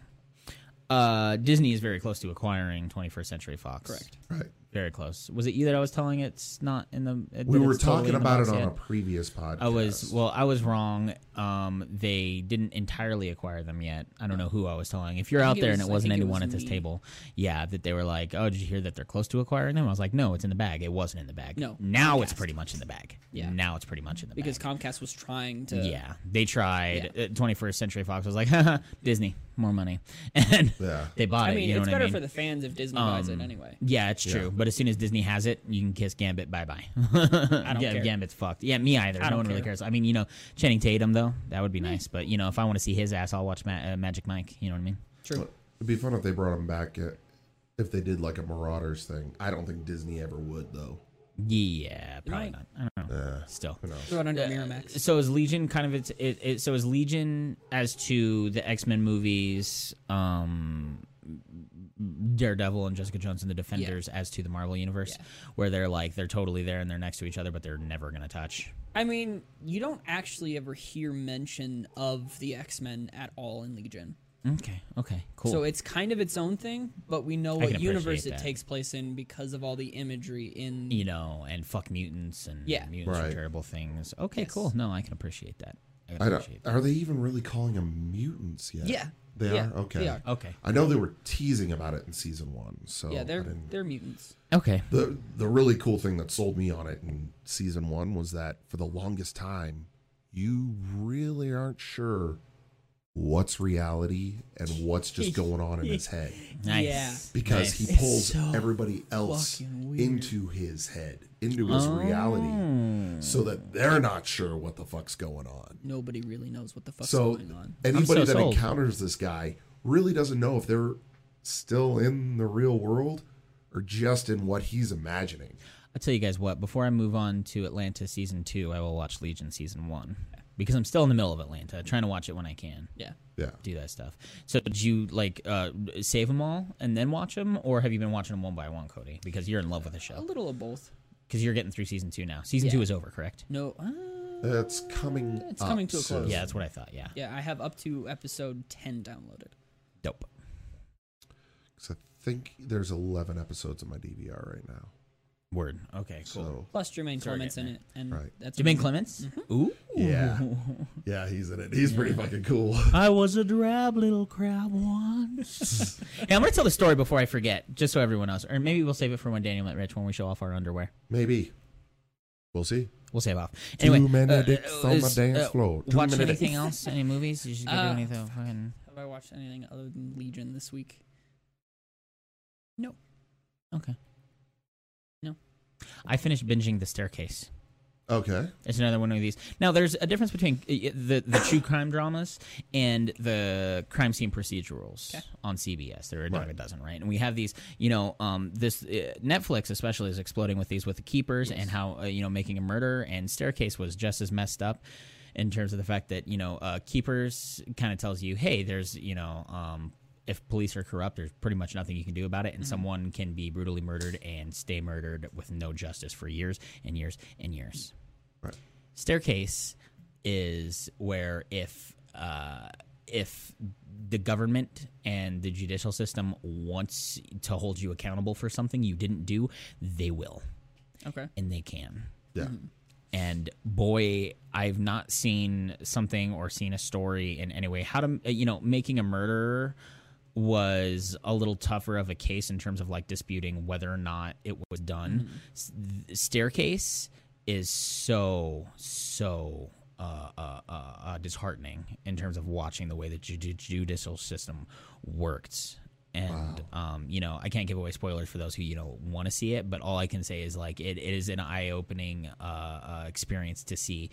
Speaker 1: Uh, Disney is very close to acquiring 21st Century Fox.
Speaker 3: Correct.
Speaker 2: Right.
Speaker 1: Very close. Was it you that I was telling? It's not in the. that
Speaker 2: We were
Speaker 1: it's totally in
Speaker 2: talking
Speaker 1: the
Speaker 2: about
Speaker 1: box
Speaker 2: it on
Speaker 1: yet?
Speaker 2: a previous podcast.
Speaker 1: I was well. I was wrong. Um, they didn't entirely acquire them yet. I don't know who I was telling. If you're out
Speaker 3: think it
Speaker 1: there
Speaker 3: was-
Speaker 1: and
Speaker 3: I
Speaker 1: it wasn't
Speaker 3: think it
Speaker 1: anyone
Speaker 3: was
Speaker 1: at this
Speaker 3: me.
Speaker 1: table, yeah, that they were like, "Oh, did you hear that they're close to acquiring them?" I was like, "No, it's in the bag. It wasn't in the bag.
Speaker 3: No,
Speaker 1: now it's
Speaker 3: Comcast.
Speaker 1: pretty much in the bag.
Speaker 3: Yeah.
Speaker 1: now it's pretty much in the
Speaker 3: because
Speaker 1: bag."
Speaker 3: Comcast was trying to.
Speaker 1: yeah, they tried. uh, 21st Century Fox was like, Haha, "Disney, more money," and
Speaker 2: Yeah.
Speaker 1: they bought
Speaker 3: I
Speaker 1: it.
Speaker 3: mean,
Speaker 1: you know
Speaker 3: it's
Speaker 1: what
Speaker 3: better
Speaker 1: I mean?
Speaker 3: for the fans if Disney buys it
Speaker 1: Um,
Speaker 3: anyway.
Speaker 1: Yeah, it's true. But as soon as Disney has it, you can kiss Gambit bye bye.
Speaker 3: don't
Speaker 1: yeah,
Speaker 3: care.
Speaker 1: Gambit's fucked. Yeah, me either.
Speaker 3: I
Speaker 1: no
Speaker 3: don't
Speaker 1: one really
Speaker 3: care.
Speaker 1: cares. I Hmm. mean, you know, Channing Tatum though, that would be nice. But you know, if I want to see his ass, I'll watch Ma- uh, Magic Mike. You know what I mean?
Speaker 3: True.
Speaker 2: It'd be fun if they brought him back. At, if they did like a Marauders thing, I don't think Disney ever would though.
Speaker 1: Yeah, probably
Speaker 3: might.
Speaker 1: not. I don't know. Still.
Speaker 2: You know,
Speaker 3: Throw it under Miramax.
Speaker 1: So is Legion kind of it's it, it so is Legion as to the X Men movies, um Daredevil and Jessica Jones and the Defenders as to the Marvel universe, where they're like they're totally there and they're next to each other, but they're never gonna touch.
Speaker 3: I mean, you don't actually ever hear mention of the X Men at all in Legion.
Speaker 1: Okay, okay, cool.
Speaker 3: So it's kind of its own thing, but we know
Speaker 1: can
Speaker 3: what universe
Speaker 1: appreciate
Speaker 3: it
Speaker 1: that. E-
Speaker 3: takes place in because of all the imagery in.
Speaker 1: you know, and fuck mutants and
Speaker 3: Yeah.
Speaker 1: mutants are
Speaker 2: Right.
Speaker 1: terrible things. Okay,
Speaker 3: Yes.
Speaker 1: cool. No, I can appreciate that. I can
Speaker 2: I don't,
Speaker 1: appreciate
Speaker 2: are they even really calling them mutants yet?
Speaker 3: Yeah.
Speaker 2: they
Speaker 3: Yeah,
Speaker 2: are. Okay,
Speaker 3: they are.
Speaker 1: that. Okay.
Speaker 2: I know they were teasing about it in season one. So
Speaker 3: Yeah,
Speaker 2: Oh, I
Speaker 3: they're
Speaker 2: didn't-
Speaker 3: they're mutants.
Speaker 1: Okay.
Speaker 2: the the really cool thing that sold me on it in season one was that for the longest time, you really aren't sure what's reality and what's just going on in his head
Speaker 1: Nice.
Speaker 3: Yeah.
Speaker 2: because
Speaker 1: Nice.
Speaker 2: he pulls
Speaker 3: so
Speaker 2: everybody else
Speaker 3: fucking weird.
Speaker 2: into his head, into his reality, so
Speaker 3: Oh.
Speaker 2: that they're not sure what the fuck's going on.
Speaker 3: Nobody really knows what the fuck's
Speaker 2: so
Speaker 3: going on.
Speaker 2: anybody
Speaker 1: I'm so
Speaker 2: that
Speaker 1: sold.
Speaker 2: encounters this guy really doesn't know if they're still in the real world or just in what he's imagining.
Speaker 1: I'll tell you guys what, before I move on to Atlanta season two, I will watch Legion season one. Because I'm still in the middle of Atlanta, trying to watch it when I can.
Speaker 3: Yeah.
Speaker 2: Yeah.
Speaker 1: Do that stuff. So, did you like uh, save them all and then watch them, or have you been watching them one by one, Cody? Because you're in love with the
Speaker 3: A
Speaker 2: Oh.
Speaker 1: show.
Speaker 3: little of both.
Speaker 1: Because you're getting through season two now. Season two
Speaker 3: Yeah.
Speaker 1: is over, correct?
Speaker 3: No. Uh,
Speaker 2: That's coming.
Speaker 3: It's
Speaker 2: up
Speaker 3: coming to a
Speaker 2: soon.
Speaker 3: close.
Speaker 1: Yeah, that's what I thought. Yeah.
Speaker 3: yeah, I have up to episode 10 downloaded.
Speaker 1: Dope.
Speaker 2: 'Cause I think there's 11 episodes on my DVR right now.
Speaker 1: Word. Okay. Cool.
Speaker 2: So
Speaker 3: Plus Jermaine
Speaker 1: So we're
Speaker 3: Clements in
Speaker 1: getting
Speaker 3: it. And
Speaker 2: Right.
Speaker 3: that's
Speaker 1: Jermaine Clements.
Speaker 3: Mm-hmm.
Speaker 1: Ooh.
Speaker 2: yeah, yeah, he's in it. He's pretty fucking cool.
Speaker 1: I was a drab little crab once. hey, I'm gonna tell the story before I forget, just so everyone else, or maybe we'll save it for when Daniel met Rich when we show off our underwear.
Speaker 2: Maybe we'll see.
Speaker 1: We'll save off.
Speaker 2: Too
Speaker 1: Anyway, uh,
Speaker 2: many dicks on the
Speaker 1: is, uh,
Speaker 2: dance floor. Too
Speaker 1: watch
Speaker 2: many
Speaker 1: anything else? Any movies? Did you go do
Speaker 3: Uh,
Speaker 1: anything? Fucking...
Speaker 3: Have I watched anything other than Legion this week?
Speaker 1: Okay.
Speaker 3: No.
Speaker 1: I finished binging The Staircase.
Speaker 2: Okay,
Speaker 1: It's another one of these. Now, there's a difference between uh, the the true crime dramas and the crime scene procedurals
Speaker 3: Okay.
Speaker 1: on CBS. There are a dime
Speaker 2: Right.
Speaker 1: a dozen, right? And we have these, you know, um, this uh, Netflix especially is exploding with these with the keepers and how uh, you know making a murder and staircase was just as messed up in terms of the fact that you know uh, keepers kind of tells you, hey, there's you know. Um, if police are corrupt, there's pretty much nothing you can do about it, and someone can be brutally murdered and stay murdered with no justice for years and years and years staircase is where if uh, if the government and the judicial system wants to hold you accountable for something you didn't do, they will
Speaker 3: Okay.
Speaker 1: and they can.
Speaker 2: yeah,
Speaker 3: Mm-hmm.
Speaker 1: And boy, I've not seen something or seen a story in any way. How to uh, you know making a murderer was a little tougher of a case in terms of like disputing whether or not it was done. S- th- Staircase is so so uh, uh, uh, uh, disheartening in terms of watching the way the ju- ju- judicial system worked. And um, you know, I can't give away spoilers for those who you know want to see it, but all I can say is like it, it is an eye-opening uh, uh, experience to see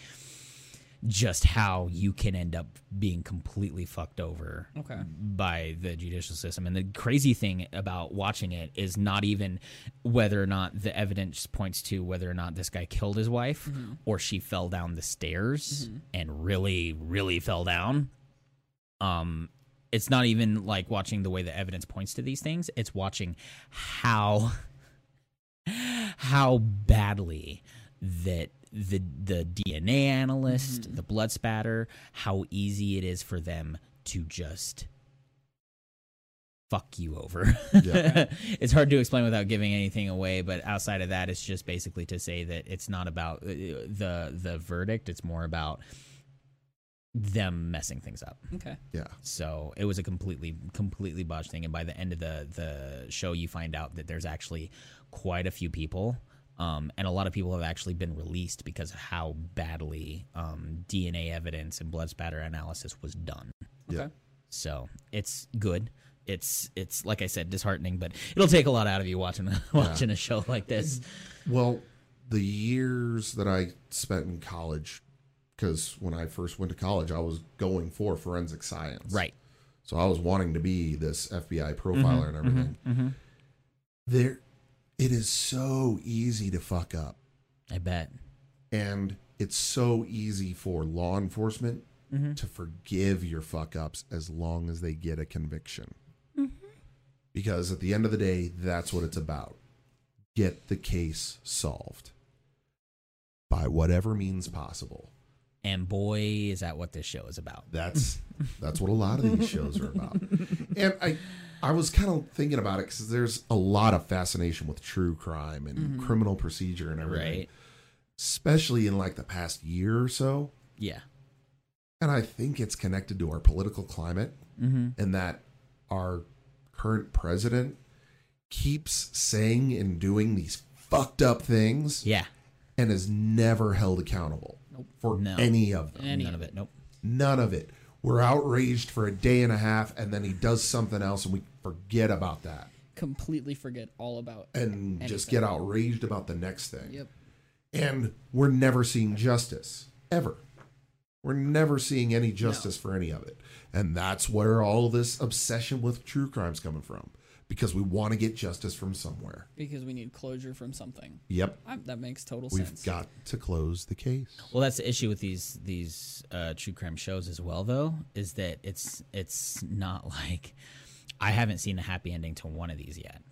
Speaker 1: just how you can end up being completely fucked over
Speaker 3: Okay.
Speaker 1: by the judicial system. And the crazy thing about watching it is not even whether or not the evidence points to whether or not this guy killed his wife or she fell down the stairs and really, really fell down. Um, it's not even like watching the way the evidence points to these things. It's watching how how badly that the the DNA analyst, the blood spatter, how easy it is for them to just fuck you over.
Speaker 2: Yeah.
Speaker 1: it's hard to explain without giving anything away, but outside of that, it's just basically to say that it's not about uh, the the verdict. It's more about them messing things up.
Speaker 3: Okay.
Speaker 2: Yeah.
Speaker 1: So it was a completely, completely botched thing. And by the end of the the show, you find out that there's actually quite a few people, um, and a lot of people have actually been released because of how badly um, DNA evidence and blood spatter analysis was done.
Speaker 2: Yeah.
Speaker 3: Okay.
Speaker 1: So it's good. It's it's like I said, disheartening, but it'll take a lot out of you watching watching a show like this.
Speaker 2: Well, the years that I spent in college, because when I first went to college, I was going for forensic science.
Speaker 1: Right. Mm-hmm.
Speaker 2: So I was wanting to be this FBI profiler and everything. There, it is so easy to fuck up,
Speaker 1: I bet.
Speaker 2: and it's so easy for law enforcement to forgive your fuck ups as long as they get a conviction. Because at the end of the day, that's what it's about: get the case solved by whatever means possible.
Speaker 1: And boy, is that what this show is about.
Speaker 2: That's that's what a lot of these shows are about. And I I was kind of thinking about it because there's a lot of fascination with true crime and criminal procedure and everything,
Speaker 1: Right.
Speaker 2: especially in like the past year or so.
Speaker 1: Yeah.
Speaker 2: And I think it's connected to our political climate and that our current president keeps saying and doing these fucked up things
Speaker 1: Yeah.
Speaker 2: and is never held accountable for
Speaker 1: No.
Speaker 2: any of them.
Speaker 1: None of it. Nope.
Speaker 2: None of it. We're outraged for a day and a half, and then he does something else, and we forget about that
Speaker 3: Completely forget all about.
Speaker 2: and just get outraged about the next thing.
Speaker 3: Yep.
Speaker 2: And we're never seeing justice, ever. We're never seeing any justice for any of it. And that's where all this obsession with true crime's coming from because we want to get justice from somewhere.
Speaker 3: Because we need closure from something.
Speaker 2: Yep.
Speaker 3: i that makes total
Speaker 2: We've
Speaker 3: sense.
Speaker 2: got to close the case.
Speaker 1: Well, that's the issue with these these uh, true crime shows as well, though, is that it's it's not like I haven't seen a happy ending to one of these yet,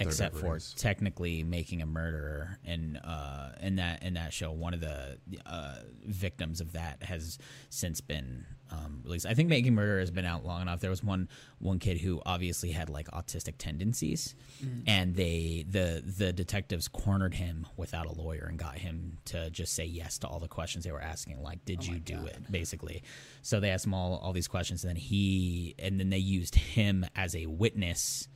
Speaker 1: except
Speaker 2: never
Speaker 1: for
Speaker 2: is.
Speaker 1: technically making a murderer. And uh, in that in that show, one of the uh, victims of that has since been um, released. I think making murderer has been out long enough. There was one one kid who obviously had like autistic tendencies, and they the the detectives cornered him without a lawyer and got him to just say yes to all the questions they were asking. Like, did you do it? Basically, so they asked him all all these questions, and then he and then they used him as a witness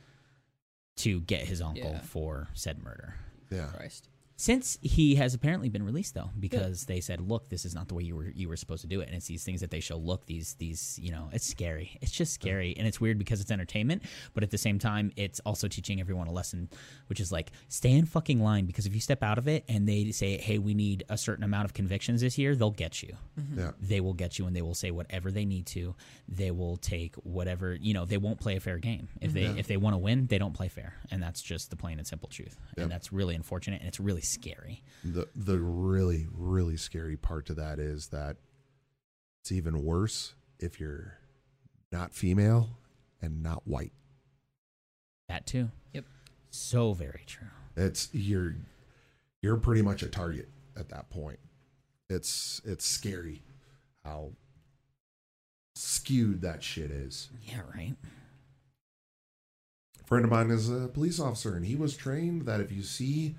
Speaker 1: to get his uncle
Speaker 3: Yeah.
Speaker 1: for said murder.
Speaker 2: Yeah.
Speaker 3: Christ.
Speaker 1: Since he has apparently been released, though, because they said, "Look, this is not the way you were you were supposed to do it," and it's these things that they show. Look, these these you know, it's scary. It's just scary, and it's weird because it's entertainment, but at the same time, it's also teaching everyone a lesson, which is like stay in fucking line because if you step out of it and they say, "Hey, we need a certain amount of convictions this year," they'll get you
Speaker 2: Yeah.
Speaker 1: they will get you and they will say whatever they need to. They will take whatever you know. They won't play a fair game if they if they want to win. They don't play fair, and that's just the plain and simple truth. And that's really unfortunate, and it's really scary.
Speaker 2: The the really really scary part to that is that it's even worse if you're not female and not white.
Speaker 1: That too.
Speaker 3: Yep.
Speaker 1: So very true.
Speaker 2: It's you're you're pretty much a target at that point. It's it's scary how skewed that shit is.
Speaker 1: Yeah. Right.
Speaker 2: A friend of mine is a police officer and he was trained that if you see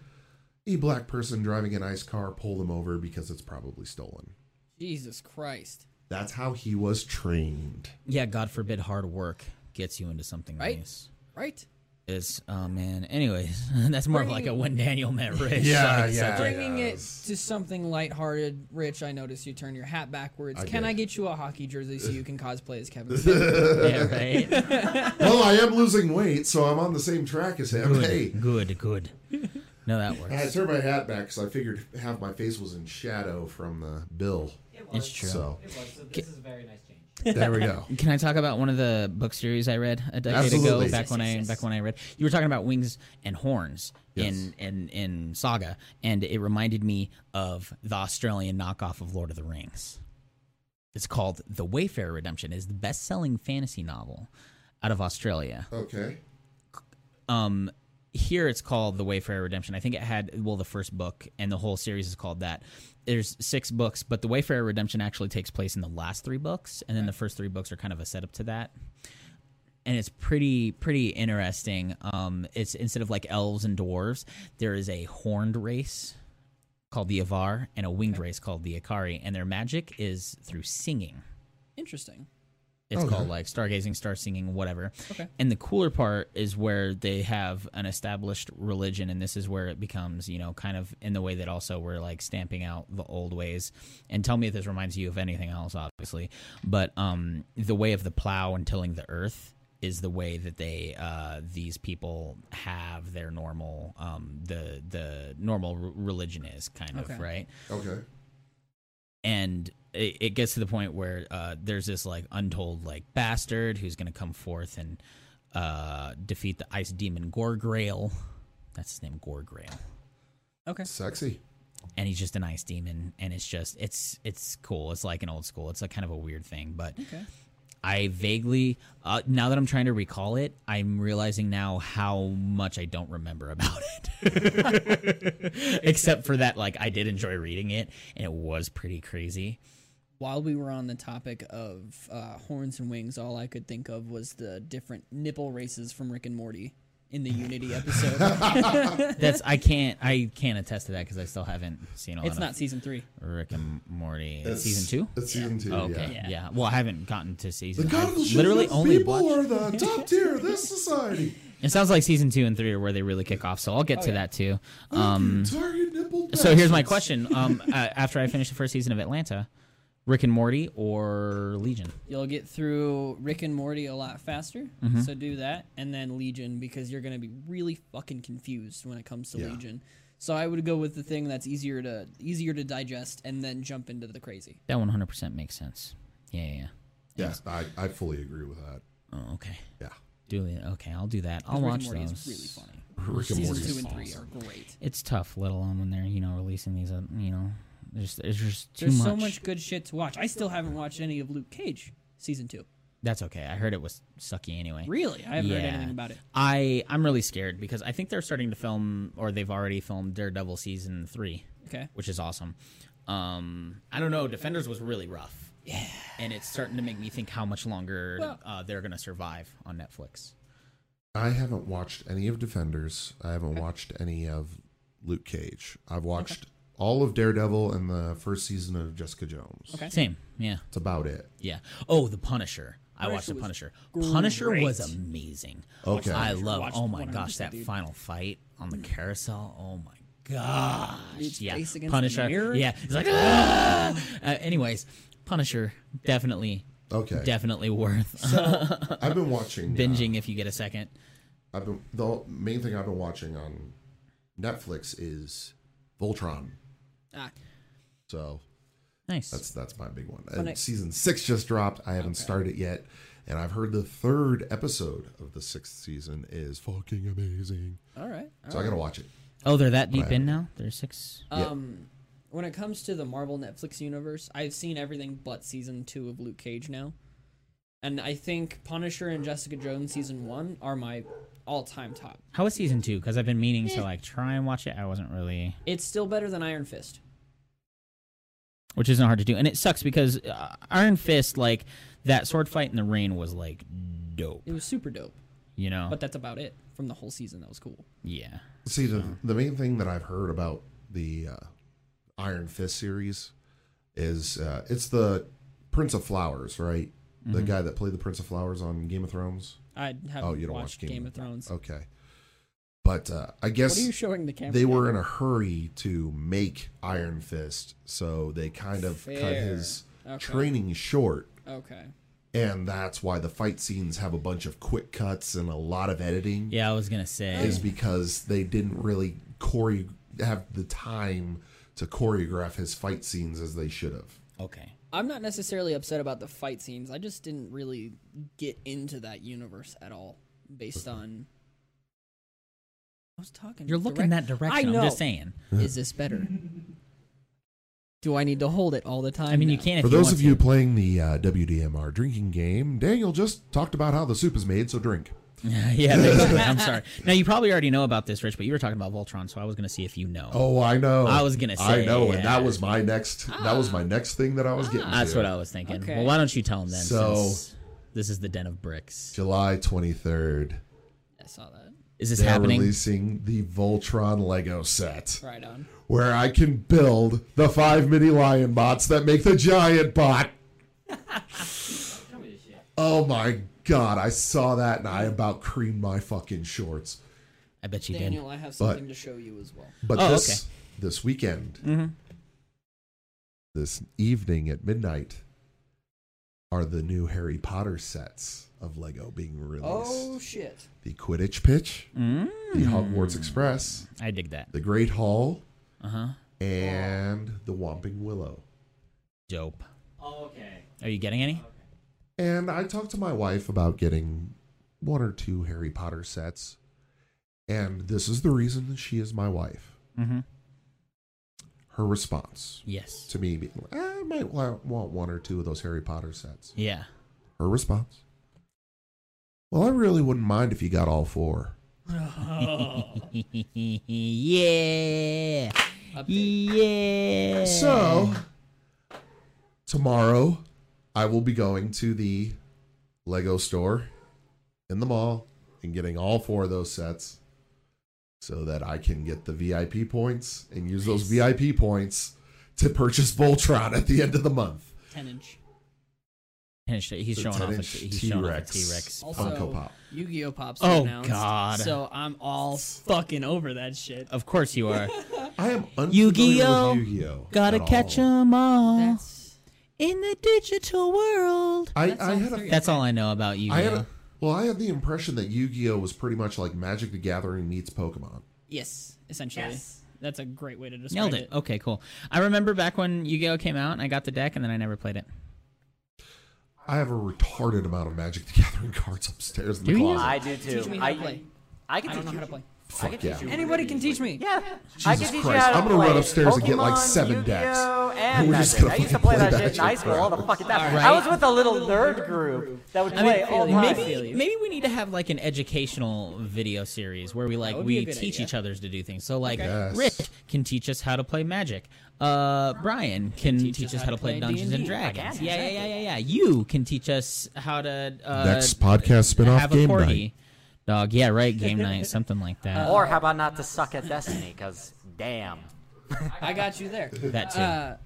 Speaker 2: a black person driving an ice car, pull them over because it's probably stolen.
Speaker 3: Jesus Christ.
Speaker 2: That's how he was trained.
Speaker 1: Yeah. God forbid hard work gets you into something
Speaker 3: Right.
Speaker 1: nice.
Speaker 3: Right.
Speaker 1: Is oh man. Anyways, that's more of like a when Daniel met Rich.
Speaker 2: Yeah,
Speaker 1: like,
Speaker 2: yeah.
Speaker 1: subject.
Speaker 3: Bringing it
Speaker 2: Yes.
Speaker 3: to something lighthearted, Rich. I noticed you turn your hat backwards.
Speaker 2: I
Speaker 3: can
Speaker 2: did.
Speaker 3: I get you a hockey jersey so you can cosplay as Kevin? Smith?
Speaker 1: Yeah, right.
Speaker 2: well, I am losing weight, so I'm on the same track as him. Hey,
Speaker 1: Good. Good. Good. No, that works.
Speaker 2: I had to turn my hat back because I figured half my face was in shadow from the bill.
Speaker 1: It's true.
Speaker 2: So
Speaker 4: It was, so this is a very nice change.
Speaker 2: there we go.
Speaker 1: Can I talk about one of the book series I read a decade
Speaker 2: Absolutely.
Speaker 1: ago? Back when
Speaker 3: Yes, yes,
Speaker 1: I
Speaker 3: yes.
Speaker 1: back when I read, you were talking about wings and horns
Speaker 2: Yes.
Speaker 1: in in in Saga, and it reminded me of the Australian knockoff of Lord of the Rings. It's called The Wayfarer Redemption. is the best selling fantasy novel out of Australia.
Speaker 2: Okay.
Speaker 1: Um, here it's called The Wayfarer Redemption. I think it had well the first book and the whole series is called that. There's six books, but The Wayfarer Redemption actually takes place in the last three books, and then the first three books are kind of a setup to that. and it's pretty pretty interesting. Um, it's instead of like elves and dwarves, there is a horned race called the Avar and a winged race called the Akari, and their magic is through singing.
Speaker 3: Interesting.
Speaker 1: It's
Speaker 2: Okay.
Speaker 1: called like stargazing, star singing, whatever.
Speaker 3: Okay.
Speaker 1: And the cooler part is where they have an established religion, and this is where it becomes, you know, kind of in the way that also we're like stamping out the old ways. And tell me if this reminds you of anything else, obviously. But um, the way of the plow and tilling the earth is the way that they uh, these people have their normal um, the the normal r- religion is kind
Speaker 3: Okay.
Speaker 1: of right
Speaker 2: Okay.
Speaker 1: and it, it gets to the point where uh, there's this like untold like bastard who's gonna come forth and uh, defeat the ice demon Gorgrail. That's his name, Gorgrail,
Speaker 3: Okay.
Speaker 2: Sexy.
Speaker 1: and he's just an ice demon, and it's just it's it's cool. It's like an old school. It's like kind of a weird thing, but
Speaker 3: Okay.
Speaker 1: I vaguely uh, now that I'm trying to recall it, I'm realizing now how much I don't remember about it. Except for that, like I did enjoy reading it, and it was pretty crazy.
Speaker 3: While we were on the topic of uh, horns and wings, all I could think of was the different nipple races from Rick and Morty in the Unity episode.
Speaker 1: That's I can't I can't attest to that because I still haven't seen a lot
Speaker 3: it's not
Speaker 1: of
Speaker 3: season three.
Speaker 1: Rick and Morty It's
Speaker 2: It's-
Speaker 1: season two.
Speaker 2: It's season two.
Speaker 1: Oh, okay,
Speaker 2: Yeah.
Speaker 1: yeah. Well, I haven't gotten to season.
Speaker 2: The
Speaker 1: I
Speaker 2: God of the
Speaker 1: literally only
Speaker 2: people
Speaker 1: watched.
Speaker 2: are the top tier of this society.
Speaker 1: It sounds like season two and three are where they really kick off. So I'll
Speaker 3: Oh,
Speaker 1: get to that too.
Speaker 2: Oh,
Speaker 1: Um,
Speaker 2: Target nipple.
Speaker 1: so here's my
Speaker 2: bastards.
Speaker 1: question: um, uh, After I finish the first season of Atlanta, Rick and Morty or Legion?
Speaker 3: You'll get through Rick and Morty a lot faster,
Speaker 1: Mm-hmm.
Speaker 3: so do that, and then Legion because you're gonna be really fucking confused when it comes to
Speaker 2: Yeah.
Speaker 3: Legion. So I would go with the thing that's easier to easier to digest, and then jump into the crazy.
Speaker 1: That 100 percent makes sense. Yeah, yeah. yeah.
Speaker 2: Yeah, I, I fully agree with that.
Speaker 1: Oh, okay.
Speaker 2: Yeah.
Speaker 1: Do it. Okay, I'll do that. I'll
Speaker 3: Rick
Speaker 1: watch
Speaker 3: and Morty
Speaker 1: those.
Speaker 3: is really funny.
Speaker 2: Rick and
Speaker 3: Season
Speaker 2: Morty
Speaker 3: two
Speaker 2: is
Speaker 3: and three
Speaker 2: awesome.
Speaker 3: are great.
Speaker 1: It's tough, let alone when they're you know releasing these. uh, You know, there's there's just too
Speaker 3: There's so much good shit to watch. I still haven't watched any of Luke Cage season two.
Speaker 1: That's okay. I heard it was sucky anyway.
Speaker 3: Really, I haven't heard
Speaker 1: Yeah.
Speaker 3: anything about it.
Speaker 1: I I'm really scared because I think they're starting to film or they've already filmed Daredevil season three,
Speaker 3: Okay,
Speaker 1: which is awesome. Um, I don't know. Defenders was really rough. Yeah, and it's starting to make me think how much longer
Speaker 3: Well-
Speaker 1: uh, they're gonna survive on Netflix.
Speaker 2: I haven't watched any of Defenders. I haven't watched any of Luke Cage. I've watched all of Daredevil and the first season of Jessica Jones.
Speaker 3: Okay.
Speaker 1: Same. Yeah.
Speaker 2: That's about it.
Speaker 1: Yeah. Oh, the Punisher. I watched the Punisher. Punisher was
Speaker 3: great.
Speaker 1: amazing.
Speaker 2: Okay.
Speaker 1: I
Speaker 2: Punisher.
Speaker 1: love.
Speaker 3: Watched
Speaker 1: Oh my
Speaker 3: 100%,
Speaker 1: gosh, that
Speaker 3: dude.
Speaker 1: final fight on the carousel. Oh my gosh.
Speaker 3: His
Speaker 1: Yeah.
Speaker 3: face against the
Speaker 1: Punisher.
Speaker 3: mirror.
Speaker 1: Yeah. He's like. "Ah!" Uh, anyways, Punisher definitely,
Speaker 2: Okay.
Speaker 1: definitely worth
Speaker 2: I've been watching. uh,
Speaker 1: binging if you get a second.
Speaker 2: I've been the main thing I've been watching on Netflix is Voltron.
Speaker 3: ah,
Speaker 2: So
Speaker 1: Nice.
Speaker 2: that's that's my big one.
Speaker 3: When
Speaker 2: And
Speaker 3: I-
Speaker 2: season six just dropped. I haven't started it yet, and I've heard the third episode of the sixth season is fucking amazing.
Speaker 3: all right. all
Speaker 2: So I gotta watch it.
Speaker 1: oh, they're that deep
Speaker 2: Right.
Speaker 1: in now. They're six.
Speaker 2: Yeah.
Speaker 3: Um, when it comes to the Marvel Netflix universe, I've seen everything but season two of Luke Cage now, and I think Punisher and Jessica Jones season one are my all-time top.
Speaker 1: How was season two? Because I've been meaning
Speaker 3: Eh.
Speaker 1: to like try and watch it. I wasn't really.
Speaker 3: It's still better than Iron Fist.
Speaker 1: which isn't hard to do. And it sucks because uh, Iron Fist, like that sword fight in the rain, was like dope.
Speaker 3: It was super dope,
Speaker 1: You know,
Speaker 3: but that's about it from the whole season. That was cool.
Speaker 1: yeah,
Speaker 2: See, the, the main thing that I've heard about the uh, Iron Fist series is uh, it's the Prince of Flowers, right? The
Speaker 3: Mm-hmm.
Speaker 2: guy that played the Prince of Flowers on Game of Thrones.
Speaker 3: I haven't
Speaker 2: Oh, you don't watch
Speaker 3: watched
Speaker 2: Game,
Speaker 3: Game of Thrones.
Speaker 2: Okay. But uh, I
Speaker 3: What are you
Speaker 2: guess
Speaker 3: showing the camera?
Speaker 2: they were
Speaker 3: now?
Speaker 2: in a hurry to make Iron Fist, so they kind of cut
Speaker 3: Fair.
Speaker 2: his
Speaker 3: Okay.
Speaker 2: training short.
Speaker 3: Okay.
Speaker 2: And that's why the fight scenes have a bunch of quick cuts and a lot of editing.
Speaker 1: yeah. I was gonna say
Speaker 2: is because they didn't really chore- have the time to choreograph his fight scenes as they should have.
Speaker 1: okay.
Speaker 3: I'm not necessarily upset about the fight scenes. I just didn't really get into that universe at all based on. I was talking.
Speaker 1: You're looking
Speaker 3: direct-
Speaker 1: that direction.
Speaker 3: I know.
Speaker 1: I'm just saying.
Speaker 3: Is this better? Do I need to hold it all the time?
Speaker 1: I mean, you
Speaker 3: now?
Speaker 1: can. If
Speaker 2: For those
Speaker 1: want
Speaker 2: of you
Speaker 1: to.
Speaker 2: playing the uh, WDMR drinking game, Daniel just talked about how the soup is made, so drink.
Speaker 1: yeah. basically, I'm sorry. Now you probably already know about this, Rich, but you were talking about Voltron, so I was gonna see if you know.
Speaker 2: Oh, I know.
Speaker 1: I was gonna
Speaker 2: I
Speaker 1: say,
Speaker 2: know, and
Speaker 1: yeah.
Speaker 2: that was my next. That was my next thing that I was getting.
Speaker 1: That's
Speaker 2: to.
Speaker 1: what I was thinking.
Speaker 3: Okay.
Speaker 1: Well, why don't you tell them then?
Speaker 2: So-
Speaker 1: since- This is the Den of Bricks.
Speaker 2: July 23rd.
Speaker 3: I saw that.
Speaker 1: Is this
Speaker 2: They're
Speaker 1: happening?
Speaker 2: releasing the Voltron Lego set
Speaker 3: Right on.
Speaker 2: where I can build the five mini lion bots that make the giant bot. oh my god, I saw that and I about creamed my fucking shorts.
Speaker 1: I bet you
Speaker 3: Daniel,
Speaker 1: did.
Speaker 3: I have something to show you as well.
Speaker 2: But
Speaker 1: Oh,
Speaker 2: this this weekend,
Speaker 1: Mm-hmm.
Speaker 2: this evening at midnight, are the new Harry Potter sets of Lego being released.
Speaker 3: Oh shit!
Speaker 2: The Quidditch pitch, the Hogwarts Express,
Speaker 1: Mm-hmm. I dig that.
Speaker 2: the Great Hall,
Speaker 1: Uh huh.
Speaker 2: and the Whomping Willow.
Speaker 1: Dope.
Speaker 4: Okay.
Speaker 1: Are you getting any?
Speaker 2: And I talked to my wife about getting one or two Harry Potter sets. And this is the reason she is my wife.
Speaker 1: Mm-hmm.
Speaker 2: Her response
Speaker 1: Yes.
Speaker 2: to me being, "Eh, I might wa- want one or two of those Harry Potter sets.
Speaker 1: Yeah.
Speaker 2: Her response, Well, I really wouldn't mind if you got all four.
Speaker 1: yeah.
Speaker 3: Update.
Speaker 1: Yeah.
Speaker 2: So, tomorrow I will be going to the Lego store in the mall and getting all four of those sets so that I can get the VIP points and use those VIP points to purchase Voltron at the end of the month.
Speaker 3: Ten inch.
Speaker 1: And sh- he's
Speaker 2: The
Speaker 1: showing off a
Speaker 2: 10-inch
Speaker 1: he's showing off a
Speaker 2: T-Rex.
Speaker 1: T-Rex.
Speaker 3: Also,
Speaker 2: Funko Pop.
Speaker 3: Yu-Gi-Oh pops.
Speaker 1: Oh,
Speaker 3: announced,
Speaker 1: God.
Speaker 3: So I'm all fucking over that shit.
Speaker 1: Of course you are.
Speaker 2: I am unfamiliar
Speaker 1: Yu-Gi-Oh!
Speaker 2: with Yu-Gi-Oh.
Speaker 1: Gotta
Speaker 2: at
Speaker 1: catch
Speaker 2: all.
Speaker 1: 'em all
Speaker 3: That's
Speaker 1: in the digital world.
Speaker 2: I,
Speaker 3: That
Speaker 2: I
Speaker 3: sounds
Speaker 2: had
Speaker 3: very-
Speaker 2: a,
Speaker 1: That's all I know about you.
Speaker 2: I had a, well, I had the impression that Yu-Gi-Oh was pretty much like Magic the Gathering meets Pokemon.
Speaker 3: yes, essentially. That's a great way to describe
Speaker 1: Nailed it. Okay, cool. I remember back when Yu-Gi-Oh came out, and I got the deck, and then I never played it.
Speaker 2: I have a retarded amount of Magic the Gathering cards upstairs in the
Speaker 1: Do you?
Speaker 2: closet.
Speaker 4: I do too.
Speaker 3: Teach me how
Speaker 4: I
Speaker 3: to play.
Speaker 4: I can
Speaker 3: I
Speaker 4: teach
Speaker 3: don't know
Speaker 4: you.
Speaker 3: how to play.
Speaker 4: I
Speaker 2: Fuck
Speaker 4: can teach
Speaker 2: yeah.
Speaker 4: you.
Speaker 3: Anybody can teach me.
Speaker 4: Yeah. I can
Speaker 2: Jesus
Speaker 4: teach you
Speaker 2: Christ.
Speaker 4: how to
Speaker 2: I'm gonna run
Speaker 4: play
Speaker 2: upstairs and get, like,
Speaker 4: Pokemon,
Speaker 2: seven decks.
Speaker 4: Yu-Gi-Oh,
Speaker 2: And
Speaker 4: And
Speaker 2: we're just
Speaker 4: Magic.
Speaker 2: gonna
Speaker 4: I used to
Speaker 2: fucking
Speaker 4: play
Speaker 2: play
Speaker 4: that shit in
Speaker 2: Magic.
Speaker 4: high school all the fucking time.
Speaker 1: Right.
Speaker 4: I was with a little nerd group that would play all
Speaker 3: feel you.
Speaker 4: night.
Speaker 3: Maybe-
Speaker 1: Maybe maybe we need to have like an educational video series where we like
Speaker 3: would be
Speaker 1: we
Speaker 3: a good
Speaker 1: teach
Speaker 3: idea.
Speaker 1: each others to do things. So like
Speaker 2: Yes.
Speaker 1: Rich can teach us how to play Magic. Uh, Brian can teach, us how to play, Dungeons and
Speaker 3: D&D. I
Speaker 1: Dragons.
Speaker 3: can,
Speaker 1: yeah, yeah, yeah, yeah, yeah. You can teach us how to uh,
Speaker 2: Next podcast spinoff
Speaker 1: have a
Speaker 2: game
Speaker 1: party.
Speaker 2: night.
Speaker 1: Dog, yeah, right. Game night, something like that.
Speaker 3: Uh,
Speaker 4: Or how about not to suck at Destiny? Because damn.
Speaker 3: I got you there.
Speaker 1: that too.
Speaker 3: Uh,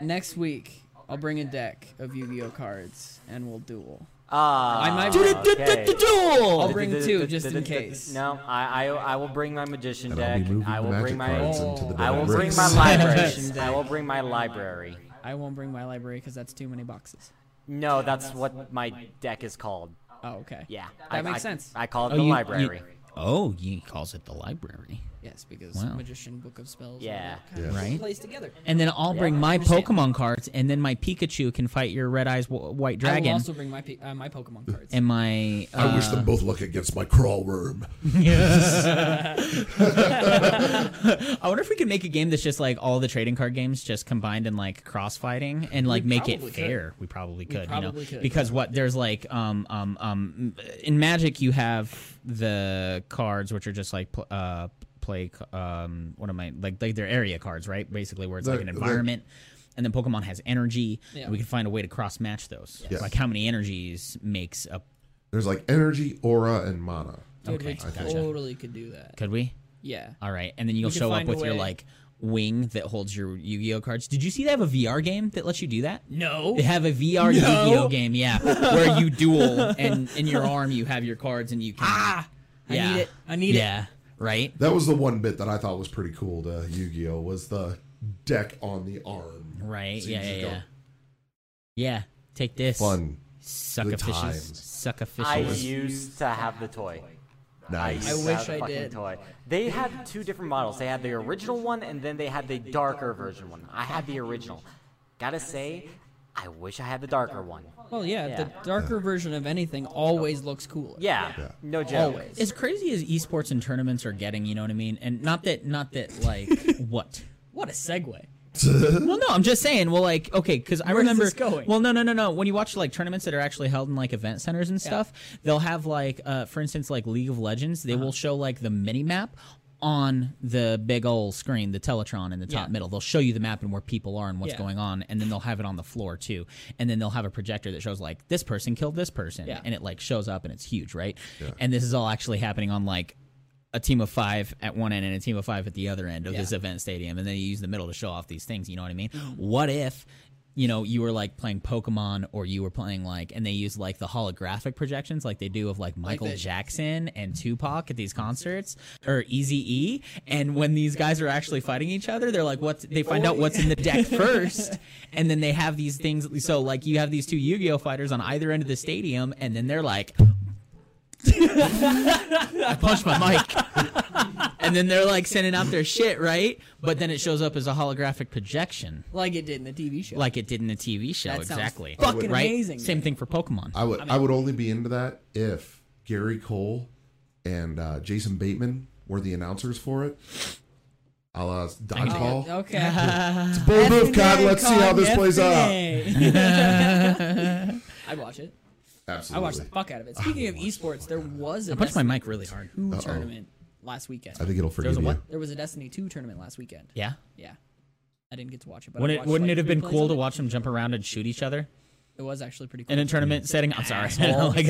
Speaker 3: next week, I'll bring a deck of Yu-Gi-Oh cards and we'll duel.
Speaker 4: Ah.
Speaker 3: I might-
Speaker 4: okay.
Speaker 1: Oh,
Speaker 3: I'll bring two just in case.
Speaker 4: No, I, I I will bring my magician
Speaker 2: And I'll
Speaker 4: deck.
Speaker 2: be moving
Speaker 4: I will
Speaker 2: the magic
Speaker 4: bring my
Speaker 2: cards into the
Speaker 4: I will bring
Speaker 2: bricks.
Speaker 4: my library.
Speaker 3: Magician
Speaker 4: I will bring my library.
Speaker 3: I won't bring my library because that's too many boxes.
Speaker 4: No, that's what my deck is called.
Speaker 3: Oh, okay.
Speaker 4: Yeah,
Speaker 3: That
Speaker 4: I,
Speaker 3: makes
Speaker 4: I-
Speaker 3: sense.
Speaker 4: I call it
Speaker 1: Oh,
Speaker 4: the
Speaker 1: you- you-
Speaker 4: library.
Speaker 1: oh, he calls it the library,
Speaker 3: Yes, because
Speaker 1: Wow.
Speaker 3: magician, book of spells. all
Speaker 4: Yeah.
Speaker 3: that kind of
Speaker 1: right?
Speaker 3: Plays together.
Speaker 1: And then I'll bring my
Speaker 3: understand.
Speaker 1: Pokemon cards, and then my Pikachu can fight your Red Eyes Wh- White
Speaker 3: I will
Speaker 1: Dragon,
Speaker 3: also bring my pe- uh, my Pokemon cards.
Speaker 1: and my
Speaker 2: I
Speaker 1: uh,
Speaker 2: wish them both luck against my crawl worm.
Speaker 1: I wonder if we could make a game that's just like all the trading card games just combined in like cross fighting and like make it
Speaker 3: probably could.
Speaker 1: fair. We probably could, you know,
Speaker 3: probably could.
Speaker 1: because what there's like um um um in Magic you have the cards which are just like pl- uh play c- um what am I like like they're area cards right basically where it's like an
Speaker 2: The- the-
Speaker 1: environment. and then Pokemon has energy,
Speaker 3: Yeah.
Speaker 1: and we can find a way to cross match those.
Speaker 2: Yes.
Speaker 1: Like how many energies makes up?
Speaker 2: There's like energy, aura, and mana.
Speaker 3: Dude, we
Speaker 1: okay, gotcha.
Speaker 3: totally could do that.
Speaker 1: Could we?
Speaker 3: Yeah.
Speaker 1: All right, and then you'll
Speaker 3: can
Speaker 1: show up
Speaker 3: find a
Speaker 1: with your
Speaker 3: way.
Speaker 1: like wing that holds your Yu-Gi-Oh cards. Did you see they have a VR game that lets you do that?
Speaker 3: No.
Speaker 1: They have a VR Yu-Gi-Oh game, yeah, where you duel and in your arm you have your cards and you can. Ah, yeah,
Speaker 3: need it. I need it.
Speaker 1: Yeah, right.
Speaker 2: That was the one bit that I thought was pretty cool to Yu-Gi-Oh was the deck on the arm.
Speaker 1: Right.
Speaker 2: So you
Speaker 1: yeah,
Speaker 2: just
Speaker 1: yeah,
Speaker 2: go,
Speaker 1: yeah. Yeah. Take this.
Speaker 2: Fun.
Speaker 1: Sucker fishes.
Speaker 2: times.
Speaker 1: Sucker
Speaker 4: I
Speaker 1: fishes.
Speaker 4: used to have the toy.
Speaker 2: Nice.
Speaker 4: used to
Speaker 3: wish
Speaker 4: have the
Speaker 3: I
Speaker 4: fucking
Speaker 3: did.
Speaker 4: Toy. They had two different models. They had the original one, and then they had the darker version one. I had the original. Gotta say, I wish I had the darker one.
Speaker 3: Well, yeah,
Speaker 4: Yeah.
Speaker 3: The darker version of anything always looks cooler.
Speaker 4: Yeah,
Speaker 2: Yeah.
Speaker 4: no joke.
Speaker 3: Always.
Speaker 1: As crazy as esports and tournaments are getting, you know what I mean? And not that, not that, like, what?
Speaker 3: What a segue.
Speaker 1: Well, no, I'm just saying. Well, like, okay, because I
Speaker 3: Where is
Speaker 1: remember.
Speaker 3: this going?
Speaker 1: Well, no, no, no, no. When you watch like tournaments that are actually held in like event centers
Speaker 3: Uh-huh.
Speaker 1: and stuff, they'll have like, uh, for instance, like League of Legends. They will show like the mini map on the big old screen, the Teletron in the top
Speaker 3: Yeah.
Speaker 1: middle. They'll show you the map and where people are and what's
Speaker 3: Yeah.
Speaker 1: going on, and then they'll have it on the floor too. And then they'll have a projector that shows like this person killed this person,
Speaker 3: Yeah.
Speaker 1: and it like shows up and it's huge, right? And this is all actually happening on like a team of five at one end and a team of five at the other end of this event stadium, and then you use the middle to show off these things. You know what I mean? What if? You know, you were like playing Pokemon, or you were playing like, and they use like the holographic projections, like they do of like Michael
Speaker 3: the-
Speaker 1: Jackson and Tupac at these concerts, or Easy E. And when these guys are actually fighting each other, they're like, "What?" They find out what's in the deck first, and then they have these things. So like, you have these two Yu-Gi-Oh fighters on either end of the stadium, and then they're like, I punched my mic. and then they're like sending out their shit, right? But then it shows up as a holographic projection,
Speaker 3: like it did in the TV show.
Speaker 1: like it did in the TV show.
Speaker 3: That sounds
Speaker 1: exactly.
Speaker 3: fucking
Speaker 1: right?
Speaker 3: amazing,
Speaker 1: Same
Speaker 3: man.
Speaker 1: thing for Pokemon.
Speaker 2: I would I, would only be into that if Gary Cole and uh, Jason Bateman were the announcers for it. A la dodgeball.
Speaker 3: okay.
Speaker 2: It's bold move, Oh, God. Let's see how this plays out.
Speaker 3: out. I'd watch it. I watched
Speaker 2: Absolutely.
Speaker 3: the fuck out of it. Speaking of esports, there was a
Speaker 1: I punched my
Speaker 3: Destiny
Speaker 1: mic really hard.
Speaker 3: 2 tournament last weekend.
Speaker 2: I think it'll
Speaker 1: was
Speaker 2: forgive
Speaker 1: a
Speaker 2: you.
Speaker 1: what?
Speaker 3: There was a Destiny 2 tournament last weekend.
Speaker 1: Yeah.
Speaker 3: Yeah. I didn't get to watch it, but I
Speaker 1: Wouldn't it,
Speaker 3: watched,
Speaker 1: wouldn't
Speaker 3: like,
Speaker 1: it have
Speaker 3: three
Speaker 1: been
Speaker 3: plays
Speaker 1: cool
Speaker 3: of
Speaker 1: to
Speaker 3: it.
Speaker 1: watch them jump around and shoot each other
Speaker 3: It was actually pretty cool.
Speaker 1: in a tournament setting? I'm sorry. Like,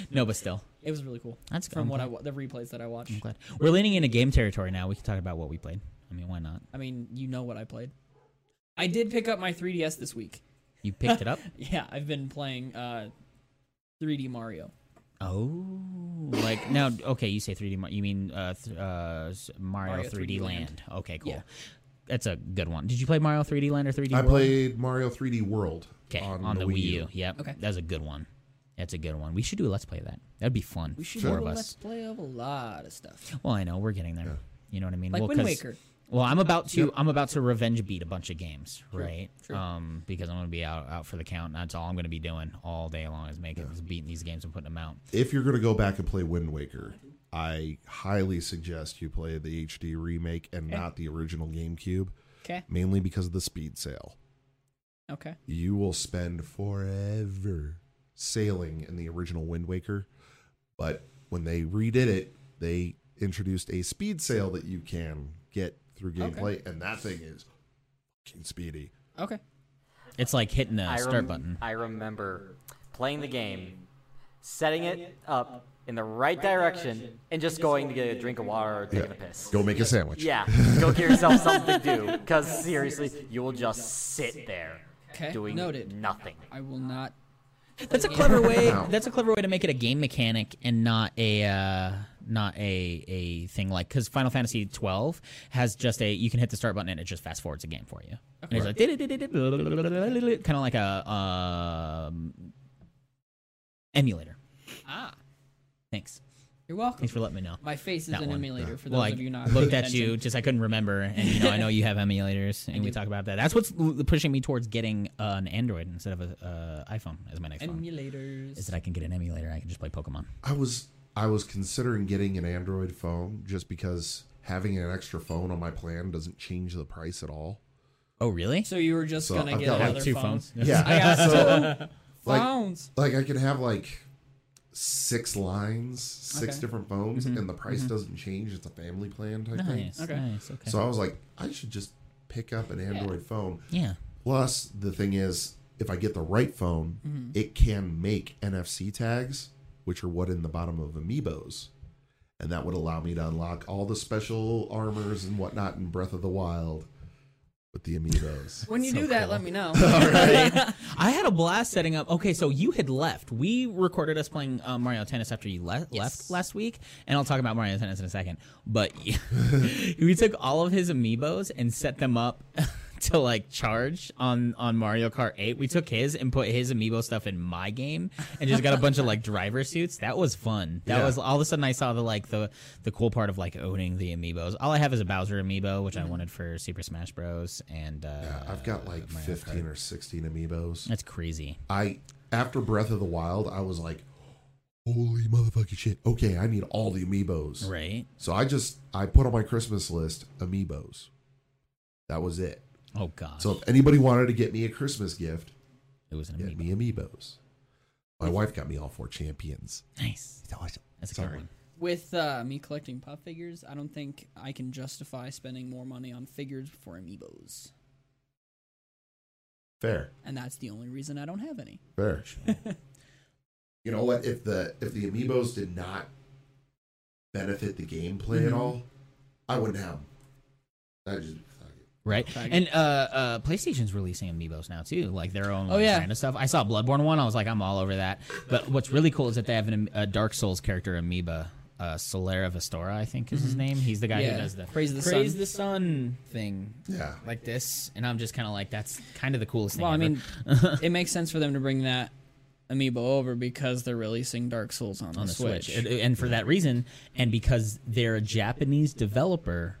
Speaker 1: no, but still.
Speaker 3: It was really cool.
Speaker 1: That's Mm. good.
Speaker 3: from
Speaker 1: I'm
Speaker 3: what I
Speaker 1: glad.
Speaker 3: wa- the replays that I watched.
Speaker 1: I'm glad. We're leaning into game territory now. We can talk about what we played. I mean, why not?
Speaker 3: I mean, you know what I played. I did pick up my 3DS this week.
Speaker 1: You picked it up?
Speaker 3: Yeah, I've been playing uh 3D Mario.
Speaker 1: Oh, like now? Okay, you say 3D. Mar- You mean uh, th- uh, s- Mario,
Speaker 3: Mario
Speaker 1: 3D, Land.
Speaker 3: 3D Land.
Speaker 1: Okay, cool.
Speaker 3: Yeah.
Speaker 1: That's a good one. Did you play Mario 3D Land or 3D?
Speaker 2: I
Speaker 1: World?
Speaker 2: played Mario 3D World
Speaker 1: okay, on, the, Wii U. Yep.
Speaker 3: Okay.
Speaker 1: That's a good one. That's a good one. We should do a let's play of that. That'd be fun.
Speaker 3: We should
Speaker 1: Four
Speaker 3: do
Speaker 1: of
Speaker 3: a
Speaker 1: us.
Speaker 3: let's play of a lot of stuff.
Speaker 1: Well, I know we're getting there. You know what I mean?
Speaker 3: Like
Speaker 1: well,
Speaker 3: Wind
Speaker 1: 'cause-
Speaker 3: Waker.
Speaker 1: Well, I'm about to I'm about to revenge beat a bunch of games, right?
Speaker 3: sure.
Speaker 1: Um, because I'm gonna be out out for the count. And that's all I'm gonna be doing all day long is making is beating these games and putting them out.
Speaker 2: If you're going to go back and play Wind Waker, I highly suggest you play the HD remake and not the original GameCube,
Speaker 3: Okay.
Speaker 2: mainly because of the speed sale.
Speaker 3: Okay.
Speaker 2: you will spend forever sailing in the original Wind Waker. But when they redid it, they introduced a speed sail that you can get through
Speaker 3: Okay.
Speaker 2: gameplay, and that thing is fucking speedy.
Speaker 3: Okay.
Speaker 1: It's like hitting the
Speaker 4: I
Speaker 1: start
Speaker 4: rem-
Speaker 1: button.
Speaker 4: I remember playing the game, setting it up in the right direction, and just going to get a drink of water or taking a piss.
Speaker 2: Go make a sandwich.
Speaker 4: Yeah, go get yourself something to do. Because seriously, you will just sit there
Speaker 3: Okay.
Speaker 4: doing
Speaker 3: Noted.
Speaker 4: nothing.
Speaker 3: I will not
Speaker 1: That's a clever way.
Speaker 2: Wow.
Speaker 1: That's a clever way to make it a game mechanic and not a uh, not a a thing like because Final Fantasy twelve has just a you can hit the start button and it just fast forwards the game for you. And it's like kind of like a um, emulator.
Speaker 3: Ah,
Speaker 1: Thanks.
Speaker 3: you're welcome.
Speaker 1: Thanks for letting me know.
Speaker 3: My face is
Speaker 1: That
Speaker 3: an
Speaker 1: one.
Speaker 3: emulator for those
Speaker 1: Well, I
Speaker 3: of you not
Speaker 1: looked
Speaker 3: paying
Speaker 1: at you,
Speaker 3: attention.
Speaker 1: just I couldn't remember, and you know I know you have emulators, and we
Speaker 3: do.
Speaker 1: talk about that. That's what's l- pushing me towards getting uh, an Android instead of a uh, iPhone as my next phone.
Speaker 3: Emulators.
Speaker 1: Is that I can get an emulator, I can just play Pokemon.
Speaker 2: I was I was considering getting an Android phone just because having an extra phone on my plan doesn't change the price at all.
Speaker 1: Oh, really?
Speaker 3: so you were just
Speaker 2: So
Speaker 3: gonna
Speaker 2: I've
Speaker 3: get
Speaker 2: got, like,
Speaker 3: another
Speaker 1: two
Speaker 3: phone.
Speaker 1: phones.
Speaker 2: Yeah.
Speaker 3: I got
Speaker 2: so like
Speaker 3: Phones.
Speaker 2: like I could have like six lines, six
Speaker 3: Okay. Mm-hmm.
Speaker 2: different phones, and the price doesn't change. It's a family plan type thing.
Speaker 1: Nice.
Speaker 3: Okay.
Speaker 1: Nice. Okay.
Speaker 2: So I was like, I should just pick up an Android phone.
Speaker 1: yeah.
Speaker 2: Plus, the thing is, if I get the right phone,
Speaker 3: Mm-hmm.
Speaker 2: it can make NFC tags, which are what in the bottom of amiibos. And that would allow me to unlock all the special armors and whatnot in Breath of the Wild with the amiibos.
Speaker 3: When you
Speaker 1: So
Speaker 3: do that,
Speaker 1: cool.
Speaker 3: let me know.
Speaker 1: I had a blast setting up. Okay, so you had left. We recorded us playing uh, Mario Tennis after you le- left last week, and I'll talk about Mario Tennis in a second. But we took all of his amiibos and set them up to like charge on on Mario Kart 8. We took his and put his amiibo stuff in my game, and just got a bunch of like driver suits. That was fun. That
Speaker 2: Yeah.
Speaker 1: was all of a sudden I saw the like the the cool part of like owning the amiibos. All I have is a Bowser amiibo, which I wanted for Super Smash Bros. And uh,
Speaker 2: Yeah, I've got like 15 or 16 amiibos.
Speaker 1: that's crazy.
Speaker 2: I after Breath of the Wild, I was like, holy motherfucking shit. Okay, I need all the amiibos.
Speaker 1: Right.
Speaker 2: So I just I put on my Christmas list amiibos. That was it.
Speaker 1: Oh god.
Speaker 2: So if anybody wanted to get me a Christmas gift,
Speaker 1: it was an
Speaker 2: get
Speaker 1: amiibo.
Speaker 2: me amiibos. My wife got me all four champions.
Speaker 1: Nice. That's a good
Speaker 2: Sorry.
Speaker 1: one.
Speaker 3: with uh, me collecting pop figures, I don't think I can justify spending more money on figures for amiibos,
Speaker 2: Fair,
Speaker 3: and that's the only reason I don't have any.
Speaker 2: fair. you know what? If the if the amiibos did not benefit the gameplay
Speaker 1: Mm-hmm.
Speaker 2: at all, I wouldn't have them. I just fuck it.
Speaker 1: right?
Speaker 3: Fag.
Speaker 1: And uh, uh, PlayStation's releasing amiibos now too, like their own
Speaker 3: Oh,
Speaker 1: like,
Speaker 3: yeah.
Speaker 1: brand of stuff. I saw Bloodborne one, I was like, I'm all over that. But what's really cool is that they have an, am- a Dark Souls character amiiba, uh, Solera Vestora, I think is his name. He's the guy
Speaker 3: Mm-hmm. Yeah.
Speaker 1: who does the
Speaker 3: Praise the
Speaker 1: Praise
Speaker 3: Sun.
Speaker 1: the Sun thing,
Speaker 2: yeah.
Speaker 1: like this. And I'm just kind of like, that's kind of the coolest thing.
Speaker 3: Well, I
Speaker 1: ever.
Speaker 3: mean, it makes sense for them to bring that amiibo over because they're releasing Dark Souls on the,
Speaker 1: on the
Speaker 3: Switch.
Speaker 1: Switch, And- and for that reason, and because they're a Japanese developer.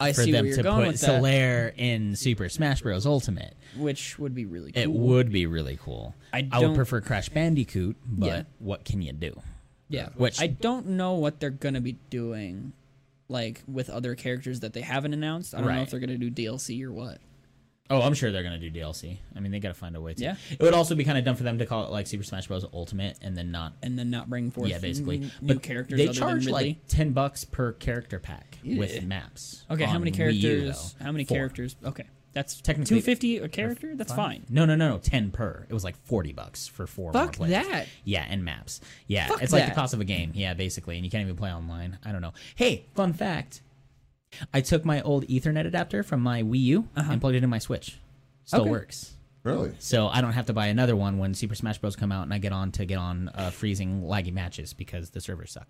Speaker 3: I
Speaker 1: For
Speaker 3: see where
Speaker 1: them
Speaker 3: you're
Speaker 1: to
Speaker 3: going
Speaker 1: put
Speaker 3: with that,
Speaker 1: Solaire in Super Smash Bros. Ultimate,
Speaker 3: which would be really cool.
Speaker 1: It would be really cool.
Speaker 3: I
Speaker 1: would
Speaker 3: don't-
Speaker 1: prefer Crash Bandicoot, but
Speaker 3: Yeah.
Speaker 1: what can you do?
Speaker 3: Yeah.
Speaker 1: Which-
Speaker 3: I don't know what they're gonna be doing, like with other characters that they haven't announced. I don't know
Speaker 1: Right.
Speaker 3: if they're gonna do DLC or what.
Speaker 1: Oh, I'm sure they're gonna do DLC. I mean, they gotta find a way to.
Speaker 3: Yeah.
Speaker 1: It would also be kind of dumb for them to call it like Super Smash Bros. Ultimate and then not.
Speaker 3: And then not bring forth
Speaker 1: yeah, basically.
Speaker 3: n- new
Speaker 1: but
Speaker 3: characters.
Speaker 1: They
Speaker 3: other
Speaker 1: charge
Speaker 3: than Ridley.
Speaker 1: like ten bucks per character pack
Speaker 3: Yeah.
Speaker 1: with maps.
Speaker 3: okay. How
Speaker 1: on
Speaker 3: many
Speaker 1: Wii U,
Speaker 3: characters?
Speaker 1: though.
Speaker 3: how many
Speaker 1: Four.
Speaker 3: characters? Okay, that's
Speaker 1: Technically-
Speaker 3: two fifty a character. That's fine.
Speaker 1: No, no, no, no. Ten per. It was like forty bucks for four.
Speaker 3: Fuck
Speaker 1: more players.
Speaker 3: that.
Speaker 1: Yeah, and maps. Yeah,
Speaker 3: Fuck
Speaker 1: it's like the
Speaker 3: that.
Speaker 1: cost of a game. Yeah, basically, and you can't even play online. I don't know. Hey, fun fact. I took my old Ethernet adapter from my Wii U and plugged it in my Switch. Still
Speaker 3: Uh-huh. Okay.
Speaker 1: works.
Speaker 2: Really?
Speaker 1: So I don't have to buy another one when Super Smash Bros. come out and I get on to get on uh, freezing laggy matches because the servers suck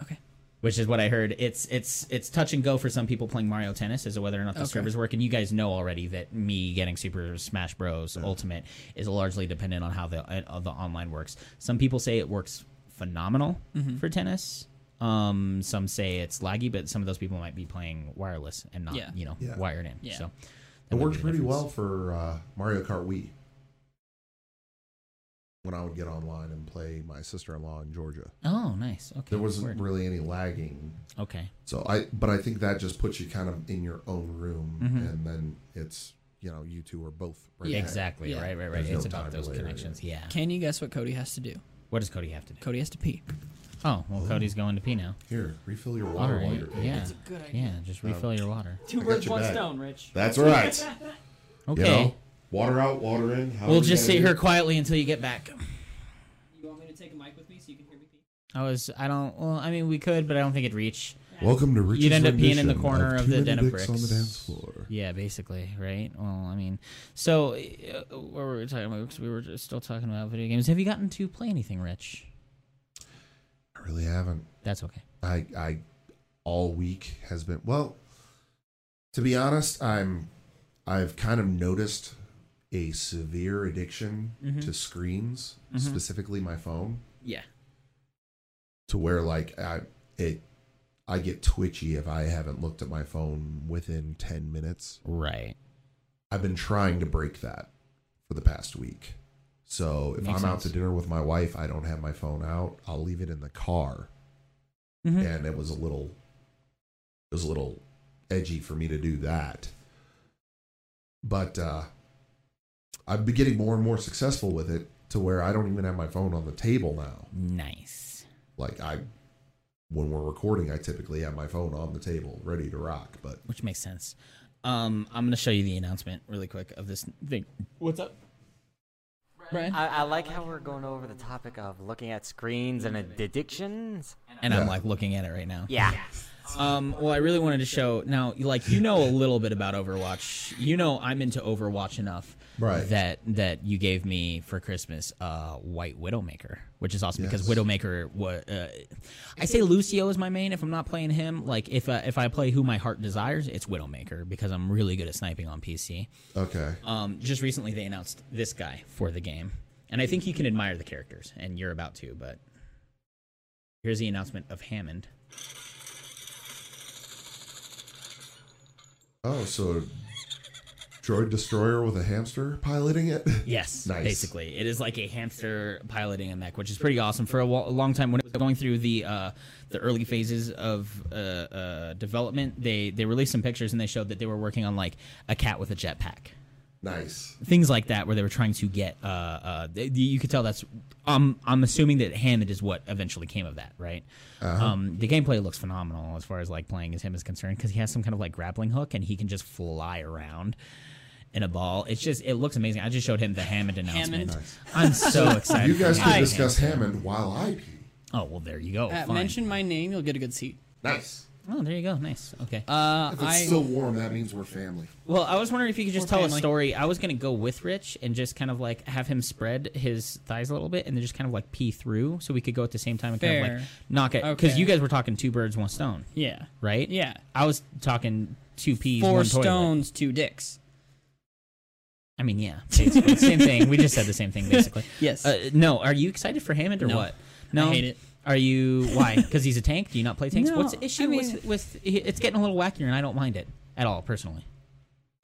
Speaker 3: Okay.
Speaker 1: which is what I heard. It's it's it's touch and go for some people playing Mario Tennis as to whether or not the
Speaker 3: Okay.
Speaker 1: servers work. And you guys know already that me getting Super Smash Bros. Ultimate is largely dependent on how the uh, the online works. Some people say it works phenomenal
Speaker 3: Mm-hmm.
Speaker 1: for tennis. Um, some say it's laggy, but some of those people might be playing wireless and not
Speaker 3: Yeah.
Speaker 1: you know
Speaker 2: Yeah.
Speaker 1: wired in.
Speaker 3: Yeah.
Speaker 1: So
Speaker 2: It
Speaker 1: that would
Speaker 2: worked
Speaker 1: be the
Speaker 2: pretty
Speaker 1: difference.
Speaker 2: well for uh, Mario Kart Wii. When I would get online and play my sister in law in Georgia,
Speaker 1: Oh, nice. Okay,
Speaker 2: there wasn't
Speaker 1: Word.
Speaker 2: really any lagging.
Speaker 1: okay.
Speaker 2: So I, but I think that just puts you kind of in your own room,
Speaker 1: Mhm.
Speaker 2: and then it's you know you two are both right
Speaker 3: Yeah.
Speaker 2: there.
Speaker 1: Exactly.
Speaker 3: Yeah.
Speaker 1: Right. Right. Right.
Speaker 2: There's
Speaker 1: it's
Speaker 2: no
Speaker 1: about
Speaker 2: time
Speaker 1: those
Speaker 2: delay or
Speaker 1: connections. Yeah.
Speaker 3: Can you guess what Cody has to do?
Speaker 1: What does Cody have to do?
Speaker 3: Cody has to pee.
Speaker 1: Oh, well, Cody's going to pee now.
Speaker 2: Here, refill your
Speaker 1: All
Speaker 2: water while
Speaker 1: right.
Speaker 2: you're eating.
Speaker 1: Yeah.
Speaker 3: Good idea.
Speaker 1: Yeah. Just refill your water.
Speaker 2: I
Speaker 3: Two
Speaker 2: got birds, your one back. stone,
Speaker 3: Rich.
Speaker 2: That's right.
Speaker 1: Okay.
Speaker 2: You know, water out, water in. however
Speaker 1: We'll
Speaker 2: you
Speaker 1: just
Speaker 2: gotta
Speaker 1: sit
Speaker 2: do
Speaker 1: here
Speaker 2: it.
Speaker 1: quietly until you get back.
Speaker 3: You want me to take a mic with me so you can hear me pee?
Speaker 1: I was, I don't, well, I mean, we could, but I don't think it'd reach.
Speaker 2: Welcome to Rich's
Speaker 1: You'd end up peeing in
Speaker 2: rendition
Speaker 1: the corner of,
Speaker 2: Too
Speaker 1: the
Speaker 2: Many
Speaker 1: den of
Speaker 2: Dicks
Speaker 1: bricks.
Speaker 2: on the dance floor.
Speaker 1: Yeah, basically, right? Well, I mean, so uh, what were we talking about? 'Cause we were just still talking about video games. Have you gotten to play anything, Rich?
Speaker 2: I really haven't.
Speaker 1: That's okay.
Speaker 2: I I all week has been well. To be honest, I'm I've kind of noticed a severe addiction to screens,
Speaker 1: Mhm.
Speaker 2: specifically my phone,
Speaker 1: Yeah.
Speaker 2: to where like I it I get twitchy if I haven't looked at my phone within 10 minutes.
Speaker 1: Right.
Speaker 2: I've been trying to break that for the past week. So if
Speaker 1: Makes
Speaker 2: I'm out to
Speaker 1: sense.
Speaker 2: dinner with my wife, I don't have my phone out. I'll leave it in the car
Speaker 1: Mhm.
Speaker 2: and it was a little it was a little edgy for me to do that but uh i've been getting more and more successful with it to where i don't even have my phone on the table now
Speaker 1: Nice.
Speaker 2: like i when we're recording i typically have my phone on the table ready to rock but
Speaker 1: Which makes sense. Um, I'm going to show you the announcement really quick of this thing. What's up? Brian?
Speaker 4: I, I like how we're going over the topic of looking at screens and addictions.
Speaker 1: And
Speaker 2: Yeah.
Speaker 1: I'm like looking at it right now.
Speaker 4: Yeah.
Speaker 1: Um, well, I really wanted to show now, like you know a little bit about Overwatch. You know I'm into Overwatch enough
Speaker 2: Right.
Speaker 1: that that you gave me for Christmas uh, White Widowmaker, which is awesome because
Speaker 2: Yes.
Speaker 1: Widowmaker. wa uh, I say Lucio is my main. If I'm not playing him, like if uh, if I play who my heart desires, it's Widowmaker because I'm really good at sniping on PC.
Speaker 2: okay
Speaker 1: Um, just recently they announced this guy for the game, and I think you can admire the characters, and you're about to. But here's the announcement of Hammond.
Speaker 2: oh so droid destroyer with a hamster piloting it
Speaker 1: Yes,
Speaker 2: Nice.
Speaker 1: basically, it is like a hamster piloting a mech, which is pretty awesome. For a, wa- a long time, when it was going through the uh, the early phases of uh, uh, development, they they released some pictures and they showed that they were working on like a cat with a jetpack.
Speaker 2: Nice.
Speaker 1: things like that where they were trying to get uh, uh, th- you could tell that's um, i'm assuming that hammond is what eventually came of that right um, the gameplay looks phenomenal as far as like playing as him is concerned because he has some kind of like grappling hook and he can just fly around in a ball it's just it looks amazing i just showed him the hammond announcement
Speaker 3: Hammond.
Speaker 1: i'm so excited
Speaker 2: You
Speaker 1: for
Speaker 2: guys can
Speaker 1: Hammond.
Speaker 2: discuss Hammond while I pee.
Speaker 1: oh well there you go
Speaker 3: Uh,
Speaker 1: Fine.
Speaker 3: mention my name, you'll get a good seat.
Speaker 2: Nice.
Speaker 1: oh there you go nice okay
Speaker 3: Uh,
Speaker 2: If it's
Speaker 3: I
Speaker 2: still warm, that means we're family.
Speaker 1: Well, I was wondering if you could just
Speaker 3: Or
Speaker 1: tell a
Speaker 3: family.
Speaker 1: story. I was going to go with Rich and just kind of like have him spread his thighs a little bit and then just kind of like pee through so we could go at the same time and kind of like
Speaker 3: Fair.
Speaker 1: knock it. Because
Speaker 3: Okay.
Speaker 1: you guys were talking two birds, one stone,
Speaker 3: yeah
Speaker 1: right?
Speaker 3: yeah
Speaker 1: I was talking two peas,
Speaker 3: four
Speaker 1: one toilet.
Speaker 3: stones, two dicks.
Speaker 1: I mean, yeah. basically. same thing. We just said the same thing, basically.
Speaker 3: Yes.
Speaker 1: Uh, no, are you excited for Hammond or
Speaker 3: No.
Speaker 1: what? No.
Speaker 3: hate it.
Speaker 1: Are you. Why? Because he's a tank? Do you not play tanks?
Speaker 3: No,
Speaker 1: What's the issue
Speaker 3: I mean-
Speaker 1: with, with. It's getting a little wackier and I don't mind it at all, personally.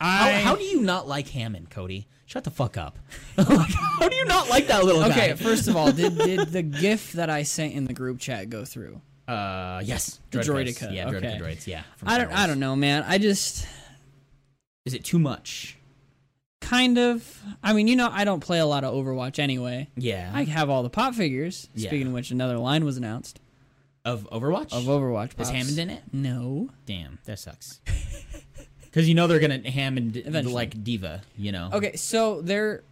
Speaker 1: How,
Speaker 3: I
Speaker 1: how do you not like Hammond, Cody? Shut the fuck up. how do you not like that little
Speaker 3: okay.
Speaker 1: guy?
Speaker 3: First of all, did did the GIF that I sent in the group chat go through?
Speaker 1: Uh, yes.
Speaker 3: The
Speaker 1: Droidicas.
Speaker 3: Droidica,
Speaker 1: Yeah, Droidica
Speaker 3: okay.
Speaker 1: droids. Yeah. from
Speaker 3: I
Speaker 1: Star
Speaker 3: don't
Speaker 1: Wars.
Speaker 3: I don't know, man. I just
Speaker 1: Is it too much?
Speaker 3: kind of. I mean, you know, I don't play a lot of Overwatch anyway.
Speaker 1: Yeah.
Speaker 3: I have all the pop figures.
Speaker 1: Yeah.
Speaker 3: Speaking of which, another line was announced
Speaker 1: of Overwatch?
Speaker 3: of Overwatch. Pops.
Speaker 1: Is Hammond in it?
Speaker 3: No.
Speaker 1: Damn, that sucks. Because you know they're gonna Hammond
Speaker 3: Eventually.
Speaker 1: like diva. You know.
Speaker 3: Okay, so there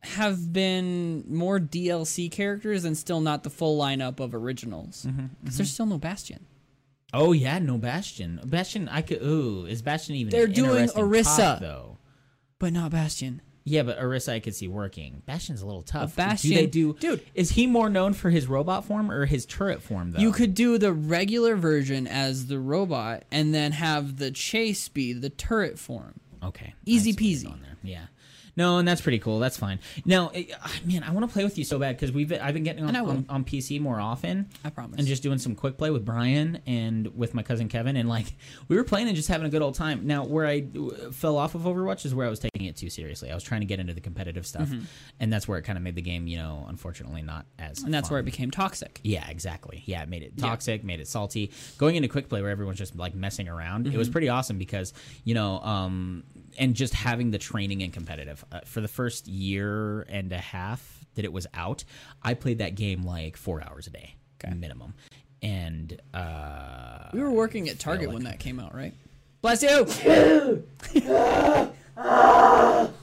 Speaker 3: have been more DLC characters and still not the full lineup of originals. Because there's still no Bastion.
Speaker 1: Oh yeah, no Bastion. Bastion, I could. Ooh, is Bastion even?
Speaker 3: They're
Speaker 1: an
Speaker 3: doing
Speaker 1: interesting
Speaker 3: Orisa.
Speaker 1: cop, though.
Speaker 3: But not Bastion.
Speaker 1: Yeah, but Orisa I could see working. Bastion's a little tough.
Speaker 3: Bastion-
Speaker 1: do they do?
Speaker 3: Dude.
Speaker 1: is he more known for his robot form or his turret form though?
Speaker 3: You could do the regular version as the robot and then have the chase be the turret form.
Speaker 1: Okay.
Speaker 3: Easy
Speaker 1: That's what it's
Speaker 3: peasy.
Speaker 1: on there. Yeah. No, and that's pretty cool. That's fine. Now, it, ah, man, I want to play with you so bad because we've been- I've been getting on,
Speaker 3: I will.
Speaker 1: on, on PC more often.
Speaker 3: I promise.
Speaker 1: And just doing some quick play with Brian and with my cousin Kevin, and like we were playing and just having a good old time. Now, where I uh, fell off of Overwatch is where I was taking it too seriously. I was trying to get into the competitive stuff,
Speaker 3: Mm-hmm.
Speaker 1: and that's where it kind of made the game, you know, unfortunately not as.
Speaker 3: And that's
Speaker 1: fun.
Speaker 3: where it became toxic.
Speaker 1: Yeah, exactly. Yeah, it made it toxic, made it salty. Going into quick play where everyone's just like messing around, it was pretty awesome because you know, um, and just having the training and competitive uh, for the first year and a half that it was out, I played that game like four hours a day minimum, and uh,
Speaker 3: We were working at Target when that came out, right? Bless you!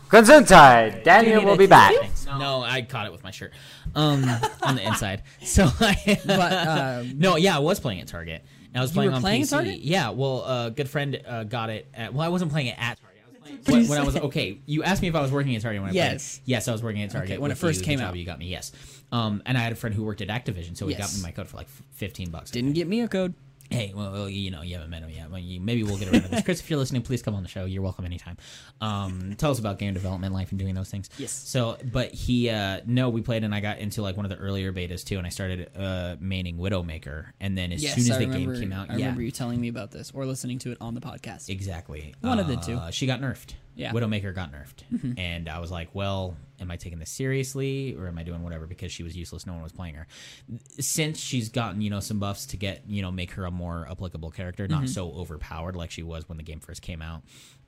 Speaker 4: Gunzuntide! Daniel will be back.
Speaker 1: no. I caught it with my shirt um, on the inside. So I.
Speaker 3: But uh,
Speaker 1: No, yeah, I was playing at Target. And I was playing
Speaker 3: were
Speaker 1: on
Speaker 3: playing at
Speaker 1: PC.
Speaker 3: Target?
Speaker 1: Yeah, well, a good friend uh, got it. At, well, I wasn't playing it at Target. I was playing when, when I was okay, you asked me if I was working at Target when I
Speaker 3: Yes.
Speaker 1: played. it. Yes, I was working at Target
Speaker 3: Okay, when it
Speaker 1: with
Speaker 3: first
Speaker 1: you,
Speaker 3: came
Speaker 1: the job
Speaker 3: out.
Speaker 1: You got me, yes. Um, and I had a friend who worked at Activision, so he got
Speaker 3: Yes.
Speaker 1: me my code for like f- fifteen bucks.
Speaker 3: didn't get me a code.
Speaker 1: Hey, well, well, you know, you haven't met him yet. Well, you, maybe we'll get around to this. Chris, if you're listening, please come on the show. You're welcome anytime. Um, tell us about game development, life, and doing those things.
Speaker 3: Yes.
Speaker 1: So, but he, uh, no, we played and I got into like one of the earlier betas too, and I started uh, maining Widowmaker. And then as
Speaker 3: Yes,
Speaker 1: soon as
Speaker 3: I
Speaker 1: the
Speaker 3: remember,
Speaker 1: game came out,
Speaker 3: I
Speaker 1: yeah,
Speaker 3: remember you telling me about this or listening to it on the podcast.
Speaker 1: exactly.
Speaker 3: One of the two.
Speaker 1: Uh, She got nerfed.
Speaker 3: Yeah. Mm-hmm.
Speaker 1: Widowmaker got nerfed. And I was like, well, am I taking this seriously or am I doing whatever because she was useless? No one was playing her. Since she's gotten, you know, some buffs to get, you know, make her a more applicable character,
Speaker 3: Mm-hmm.
Speaker 1: not so overpowered like she was when the game first came out.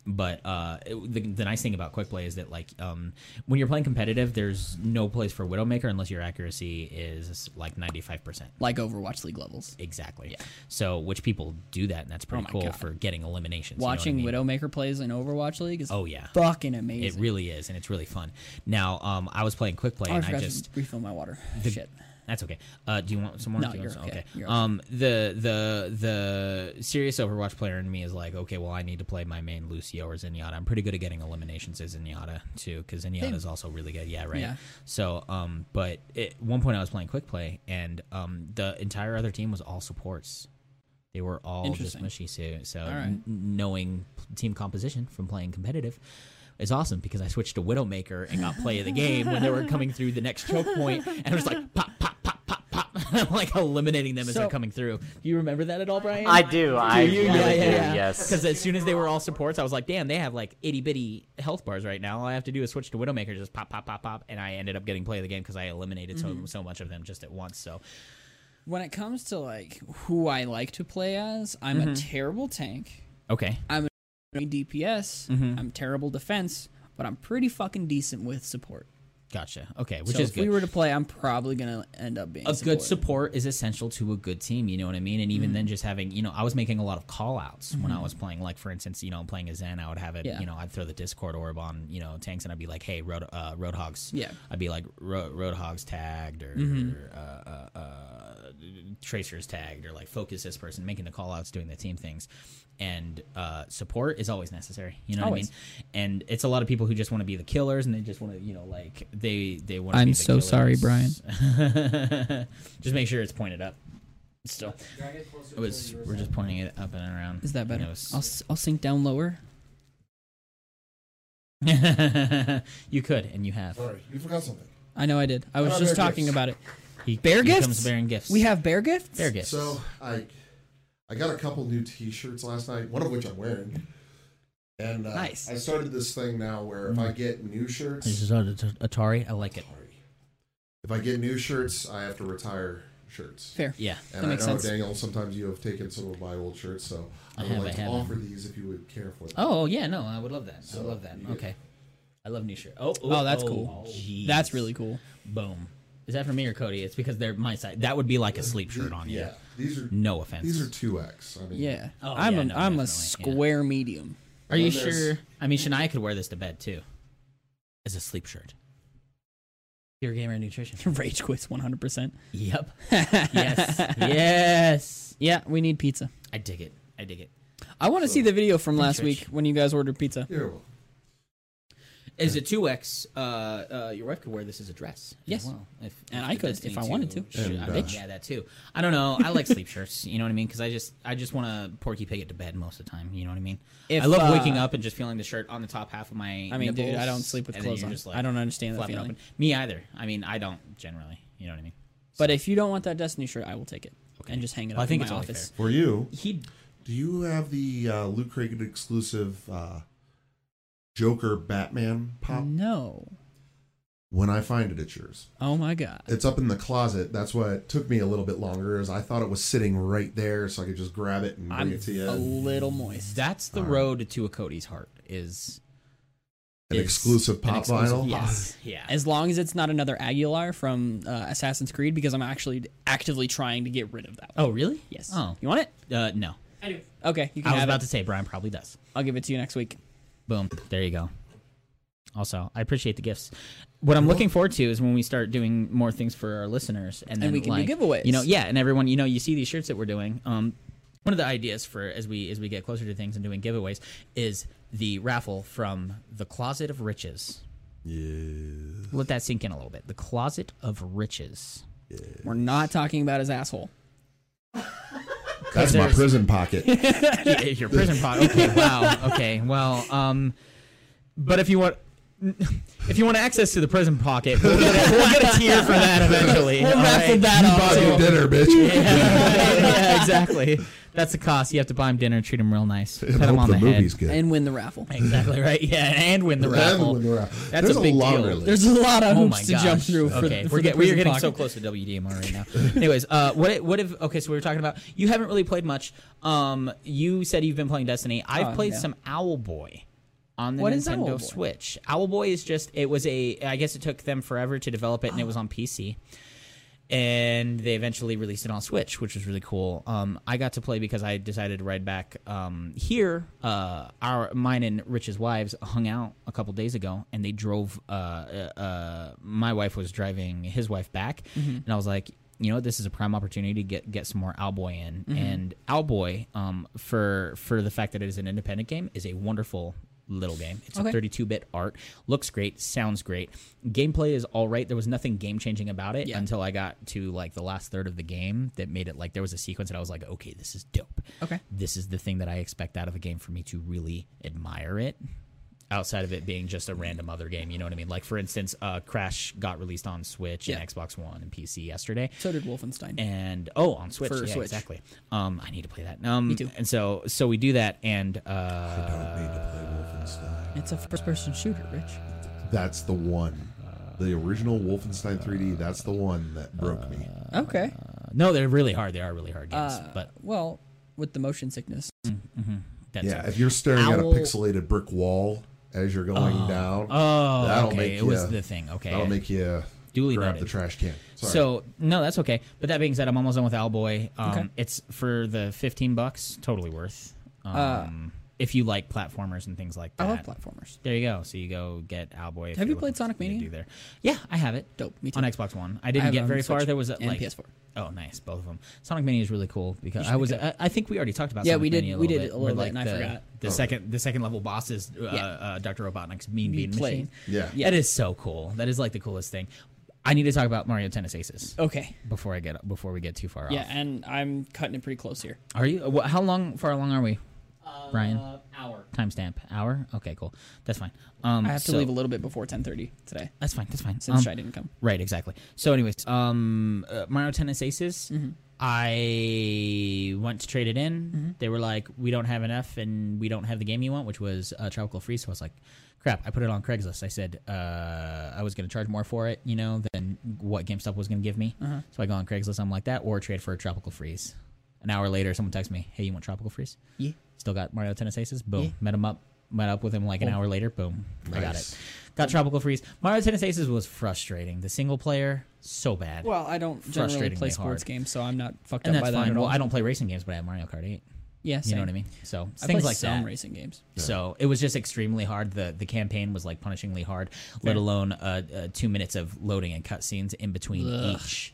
Speaker 1: But uh, it- the, the nice thing about quick play is that like um, when you're playing competitive, there's no place for Widowmaker unless your accuracy is like 95 percent.
Speaker 3: like Overwatch League levels.
Speaker 1: Exactly. So, which people do that, and that's pretty
Speaker 3: Oh my
Speaker 1: cool
Speaker 3: God.
Speaker 1: for getting eliminations. you know what I
Speaker 3: Watching
Speaker 1: mean?
Speaker 3: Widowmaker plays in Overwatch League is
Speaker 1: Oh, yeah.
Speaker 3: fucking
Speaker 1: It
Speaker 3: amazing.
Speaker 1: really is, and it's really fun. Now, um, I was playing quick play,
Speaker 3: oh, I
Speaker 1: and I
Speaker 3: forgot
Speaker 1: just
Speaker 3: to refill my water. Shit.
Speaker 1: that's okay. Uh, do you want some more?
Speaker 3: No,
Speaker 1: Do you want
Speaker 3: you're
Speaker 1: some-
Speaker 3: okay. You're okay.
Speaker 1: Um, the the the serious Overwatch player in me is like, okay, well, I need to play my main Lucio or Zenyatta. I'm pretty good at getting eliminations as Zenyatta too, because Zenyatta is also really good. Yeah, right.
Speaker 3: Yeah.
Speaker 1: So, um, but at one point I was playing quick play, and um, the entire other team was all supports. They were all just
Speaker 3: Interesting.
Speaker 1: mushy suit. So
Speaker 3: right.
Speaker 1: n- knowing p- team composition from playing competitive is awesome because I switched to Widowmaker and got play of the game when they were coming through the next choke point, and I was like pop, pop, pop, pop, pop, I'm like eliminating them as
Speaker 3: So-
Speaker 1: they're coming through. Do you remember that at all, Brian?
Speaker 4: I do. I
Speaker 1: Do you?
Speaker 4: really
Speaker 1: yeah, yeah,
Speaker 4: do.
Speaker 1: yeah.
Speaker 4: Yes.
Speaker 1: Because as soon as they were all supports, I was like, damn, they have like itty bitty health bars right now. All I have to do is switch to Widowmaker, just pop, pop, pop, pop, and I ended up getting play of the game because I eliminated
Speaker 3: Mm-hmm.
Speaker 1: so so much of them just at once. So
Speaker 3: When it comes to like who I like to play as, I'm
Speaker 1: Mm-hmm.
Speaker 3: a terrible tank.
Speaker 1: okay, Mm-hmm.
Speaker 3: I'm a DPS. I'm terrible defense. but I'm pretty fucking decent with support.
Speaker 1: Gotcha. Okay, which
Speaker 3: so
Speaker 1: is
Speaker 3: if
Speaker 1: good.
Speaker 3: we were to play, I'm probably gonna end up being
Speaker 1: a
Speaker 3: support.
Speaker 1: good support is essential to a good team. You know what I mean? And
Speaker 3: Mm-hmm.
Speaker 1: even then, just having you know, I was making a lot of call outs when I was playing. Like for instance, you know, I'm playing a Zen. I would have it.
Speaker 3: Yeah.
Speaker 1: You know, I'd throw the Discord orb on you know tanks, and I'd be like, "Hey, Road uh, Roadhogs."
Speaker 3: Yeah. Mm-hmm.
Speaker 1: I'd be like, Ro- "Roadhogs tagged," or uh, uh, uh, "Tracers tagged," or like, "Focus this person," making the call outs, doing the team things. And uh, support is always necessary. You know
Speaker 3: Always.
Speaker 1: what I mean? And it's a lot of people who just want to be the killers, and they just want to, you know, like they they want.
Speaker 3: I'm so sorry, Brian.
Speaker 1: just make sure it's pointed up. Still, it was. We're just pointing it up and around.
Speaker 3: Is that
Speaker 1: And
Speaker 3: better?
Speaker 1: it was-
Speaker 3: I'll s- I'll sink down lower.
Speaker 1: you could, and you have.
Speaker 2: Sorry, you forgot something.
Speaker 3: I know I did. I was
Speaker 2: What about
Speaker 3: just
Speaker 2: bear
Speaker 3: talking
Speaker 2: gifts?
Speaker 3: about it.
Speaker 1: He,
Speaker 3: Bear
Speaker 1: he
Speaker 3: gifts?
Speaker 1: comes bearing gifts.
Speaker 3: We have bear gifts.
Speaker 1: bear gifts.
Speaker 2: So I, I got a couple new T-shirts last night. One of which I'm wearing. And uh,
Speaker 3: Nice.
Speaker 2: I started this thing now where if I get new
Speaker 1: Mm. this
Speaker 2: shirts,
Speaker 1: is on Atari. I like it.
Speaker 2: if I get new shirts, I have to retire shirts.
Speaker 3: Fair.
Speaker 1: Yeah.
Speaker 2: And
Speaker 3: That makes
Speaker 2: I know,
Speaker 3: sense.
Speaker 2: Daniel, sometimes you have taken some of my old shirts, so I,
Speaker 1: I
Speaker 2: would
Speaker 1: have,
Speaker 2: like
Speaker 1: I
Speaker 2: to
Speaker 1: have.
Speaker 2: offer these if you would care for them.
Speaker 1: Oh yeah, no, I would love that. I would love that.
Speaker 2: you get-
Speaker 1: Okay. I love new shirt. Oh,
Speaker 3: Oh, that's cool.
Speaker 1: jeez.
Speaker 3: That's really cool.
Speaker 1: Boom. Is that for me or Cody? It's because they're my size. That would be like a sleep shirt on you.
Speaker 2: yeah. These are
Speaker 1: No offense.
Speaker 2: these are two X. I mean,
Speaker 3: Yeah.
Speaker 1: Oh,
Speaker 3: I'm
Speaker 1: yeah,
Speaker 3: a,
Speaker 1: no,
Speaker 3: am
Speaker 1: definitely,
Speaker 3: a square medium.
Speaker 1: Are you
Speaker 2: And there's-
Speaker 1: sure? I mean, Shania could wear this to bed too, as a sleep shirt. Pure gamer nutrition.
Speaker 3: Rage quits 100%.
Speaker 1: yep. yes. Yes.
Speaker 3: Yeah, we need pizza.
Speaker 1: I dig it. I dig it.
Speaker 3: I want to see the video from last
Speaker 1: Rich.
Speaker 3: week when you guys ordered pizza.
Speaker 2: Here, well,
Speaker 1: As a two X, uh, uh, your wife could wear this as a dress. as
Speaker 3: Yes.
Speaker 1: well, if,
Speaker 3: And I could,
Speaker 1: Destiny
Speaker 3: if I wanted
Speaker 1: 2
Speaker 3: to.
Speaker 1: should-
Speaker 2: And,
Speaker 1: I think-
Speaker 2: uh,
Speaker 1: yeah, that too. I don't know. I like sleep shirts. You know what I mean? Because I just, I just want to porky pig it to bed most of the time. You know what I mean?
Speaker 3: If,
Speaker 1: I love
Speaker 3: uh,
Speaker 1: waking up and just feeling the shirt on the top half of my.
Speaker 3: I mean, dude,
Speaker 1: nipples,
Speaker 3: I don't sleep with
Speaker 1: and then
Speaker 3: clothes
Speaker 1: you're
Speaker 3: on.
Speaker 1: just, like,
Speaker 3: I don't understand that
Speaker 1: flapping
Speaker 3: feeling.
Speaker 1: open. Me either. I mean, I don't generally. You know what I mean?
Speaker 3: But if you don't want that Destiny shirt, I will take it and just hang it up
Speaker 1: Well, I think
Speaker 3: in my
Speaker 1: it's only
Speaker 3: office.
Speaker 2: for you,
Speaker 1: He
Speaker 2: do you have the uh, Loot Crate exclusive uh, Joker Batman pop?
Speaker 3: No.
Speaker 2: When I find it, it's yours.
Speaker 3: Oh my god.
Speaker 2: It's up in the closet. That's why it took me a little bit longer. Is I thought it was sitting right there, so I could just grab it and bring
Speaker 3: I'm
Speaker 2: it to you.
Speaker 3: a little moist.
Speaker 1: that's the road to a Cody's heart is
Speaker 2: An
Speaker 1: is
Speaker 2: exclusive pop
Speaker 1: exclusive-
Speaker 2: vinyl.
Speaker 1: Yes, yeah.
Speaker 3: As long as it's not another Aguilar from uh, Assassin's Creed, because I'm actually actively trying to get rid of that. One.
Speaker 1: oh, really?
Speaker 3: Yes.
Speaker 1: Oh,
Speaker 3: You want it?
Speaker 1: uh, no.
Speaker 3: I do. Okay, you can
Speaker 1: I was
Speaker 3: have
Speaker 1: about
Speaker 3: it.
Speaker 1: to say Brian probably does.
Speaker 3: I'll give it to you next week.
Speaker 1: Boom. There you go. Also, I appreciate the gifts. What I'm looking forward to is when we start doing more things for our listeners, and then
Speaker 3: we can
Speaker 1: like,
Speaker 3: do giveaways.
Speaker 1: You know, yeah, and everyone, you know, you see these shirts that we're doing. Um, one of the ideas for as we as we get closer to things and doing giveaways is the raffle from the Closet of Riches. Yeah. Let that sink in a little bit. The Closet of Riches.
Speaker 3: We're not talking about his asshole.
Speaker 2: That's my prison pocket.
Speaker 1: Yeah, your prison pod. Okay, wow. Okay, well, um, but if you want. If you want access to the prison pocket, we'll get a, we'll get a tier for that eventually.
Speaker 3: We'll
Speaker 1: all
Speaker 3: raffle
Speaker 1: right?
Speaker 3: that off.
Speaker 2: Buy me dinner, bitch.
Speaker 1: yeah, yeah, exactly. That's the cost. You have to buy him dinner, treat him real nice,
Speaker 2: And
Speaker 1: pet him
Speaker 2: hope
Speaker 1: on
Speaker 2: the,
Speaker 1: the,
Speaker 2: movie's
Speaker 1: head.
Speaker 2: good.
Speaker 3: and win the raffle.
Speaker 1: Exactly right. Yeah, and win the
Speaker 2: And
Speaker 1: raffle.
Speaker 2: when they're out.
Speaker 1: That's
Speaker 2: uh, There's
Speaker 1: a big
Speaker 2: lot,
Speaker 1: deal.
Speaker 2: really.
Speaker 3: There's a lot of
Speaker 1: Oh
Speaker 3: hoops
Speaker 1: my
Speaker 3: to
Speaker 1: gosh.
Speaker 3: jump through. For,
Speaker 1: okay,
Speaker 3: the- for
Speaker 1: we're,
Speaker 3: the
Speaker 1: get, we are
Speaker 3: prison
Speaker 1: getting
Speaker 3: pocket.
Speaker 1: so close to WDMR right now. Anyways, uh, what if, what if? Okay, so we were talking about you haven't really played much. Um, you said you've been playing Destiny. I've
Speaker 3: Oh,
Speaker 1: played
Speaker 3: yeah.
Speaker 1: some Owlboy on the
Speaker 3: What is
Speaker 1: Nintendo
Speaker 3: Owlboy?
Speaker 1: Switch. Owlboy is just it was a I guess it took them forever to develop it, and
Speaker 3: Oh.
Speaker 1: it was on PC. And they eventually released it on Switch, which was really cool. Um, I got to play because I decided to ride back um, here. Uh, our mine and Rich's wives hung out a couple days ago, and they drove. Uh, uh, uh, my wife was driving his wife back, and I was like, you know, this is a prime opportunity to get get some more Owlboy in. And Owlboy, um, for for the fact that it is an independent game, is a wonderful little game. It's
Speaker 3: Okay.
Speaker 1: a 32-bit art. Looks great, sounds great. Gameplay is all right. There was nothing game-changing about it
Speaker 3: Yeah.
Speaker 1: until I got to like the last third of the game that made it like there was a sequence that I was like, "Okay, this is dope."
Speaker 3: Okay.
Speaker 1: This is the thing that I expect out of a game for me to really admire it outside of it being just a random other game, you know what I mean? Like for instance, uh Crash got released on Switch
Speaker 3: Yeah.
Speaker 1: and Xbox One and PC yesterday
Speaker 3: So did Wolfenstein.
Speaker 1: and oh on switch
Speaker 3: For
Speaker 1: yeah,
Speaker 3: Switch.
Speaker 1: exactly um i need to play that um
Speaker 3: Me too.
Speaker 1: and so so we do that and uh
Speaker 3: it's a first-person shooter, Rich.
Speaker 2: That's the one. The original Wolfenstein 3D. That's the one that broke me.
Speaker 1: uh,
Speaker 3: Okay.
Speaker 1: no they're really hard they are really hard games
Speaker 3: Uh,
Speaker 1: but
Speaker 3: Well, with the motion sickness.
Speaker 1: that's
Speaker 2: Yeah, if you're staring at a
Speaker 1: Owl-
Speaker 2: pixelated brick wall as you're going down.
Speaker 1: Oh,
Speaker 2: That'll
Speaker 1: okay.
Speaker 2: make
Speaker 1: it was
Speaker 2: ya-
Speaker 1: the thing. Okay.
Speaker 2: That'll make you
Speaker 1: Duly
Speaker 2: grab
Speaker 1: noted.
Speaker 2: the trash can. Sorry.
Speaker 1: So no, that's okay. But that being said, I'm almost done with Owlboy. Um,
Speaker 3: Okay.
Speaker 1: It's for the 15 bucks, totally worth. Um,
Speaker 3: Uh,
Speaker 1: if you like platformers and things like that.
Speaker 3: I love platformers.
Speaker 1: There you go. So you go get Owlboy. if
Speaker 3: Have
Speaker 1: you're
Speaker 3: you played
Speaker 1: looking for
Speaker 3: Sonic
Speaker 1: something to
Speaker 3: Mania?
Speaker 1: do there. Yeah, I have it.
Speaker 3: Dope. Me too.
Speaker 1: On Xbox One, I
Speaker 3: I
Speaker 1: didn't
Speaker 3: have it
Speaker 1: get
Speaker 3: on
Speaker 1: very far.
Speaker 3: Switch
Speaker 1: There was a,
Speaker 3: and
Speaker 1: like
Speaker 3: PS4.
Speaker 1: Oh, nice, both of them. Sonic Mania is really cool because I was. I, I think we already talked about.
Speaker 3: Yeah,
Speaker 1: Sonic
Speaker 3: we did-
Speaker 1: Mania a
Speaker 3: we
Speaker 1: little
Speaker 3: did
Speaker 1: bit,
Speaker 3: it a little
Speaker 1: where,
Speaker 3: bit
Speaker 1: like,
Speaker 3: and I
Speaker 1: the,
Speaker 3: forgot.
Speaker 1: The second, the second level boss is uh,
Speaker 3: Yeah.
Speaker 1: uh, Dr. Robotnik's Mean
Speaker 3: Mean
Speaker 1: Bean
Speaker 3: Play.
Speaker 1: Machine.
Speaker 2: yeah.
Speaker 3: Yeah.
Speaker 1: That is so cool. That is like the coolest thing. I need to talk about Mario Tennis Aces
Speaker 3: Okay.
Speaker 1: before I get before we get too far
Speaker 3: Oh. Yeah,
Speaker 1: off.
Speaker 3: and I'm cutting it pretty close here.
Speaker 1: Are you? wha- How long? Far along are we? Brian?
Speaker 4: Uh, hour.
Speaker 1: Timestamp hour. Okay, cool. That's fine. Um,
Speaker 3: I have to
Speaker 1: so-
Speaker 3: leave a little bit before 10:30 today
Speaker 1: That's fine. That's fine.
Speaker 3: since
Speaker 1: Um,
Speaker 3: Shai didn't come.
Speaker 1: Right, exactly. So, anyways, um, uh, Mario Tennis Aces. I went to trade it in. They were like, "We don't have enough, and we don't have the game you want," which was uh, Tropical Freeze. So I was like, "Crap!" I put it on Craigslist. I said uh, I was going to charge more for it, you know, than what GameStop was going to give me. So I go on Craigslist, something like that, or trade for a Tropical Freeze. An hour later, someone texts me, "Hey, you want Tropical Freeze?"
Speaker 3: Yeah.
Speaker 1: Still got Mario Tennis Aces. Boom. Met him up. Met up with him like an hour later. Boom. I got
Speaker 2: Nice.
Speaker 1: it. Got Tropical Freeze. Mario Tennis Aces was frustrating. The single player, so bad.
Speaker 3: Well, I don't generally
Speaker 1: Frustratingly
Speaker 3: play sports
Speaker 1: hard.
Speaker 3: games, so I'm not fucked
Speaker 1: and
Speaker 3: up
Speaker 1: that's
Speaker 3: by that
Speaker 1: fine.
Speaker 3: at all.
Speaker 1: Well, I don't play racing games, but I have Mario Kart 8. You
Speaker 3: yeah,
Speaker 1: know
Speaker 3: same.
Speaker 1: what I mean? So
Speaker 3: I
Speaker 1: things
Speaker 3: play
Speaker 1: like
Speaker 3: some
Speaker 1: that.
Speaker 3: racing games.
Speaker 1: So it was just extremely hard. The the campaign was like punishingly hard, let alone uh, uh, two minutes of loading and cutscenes in between each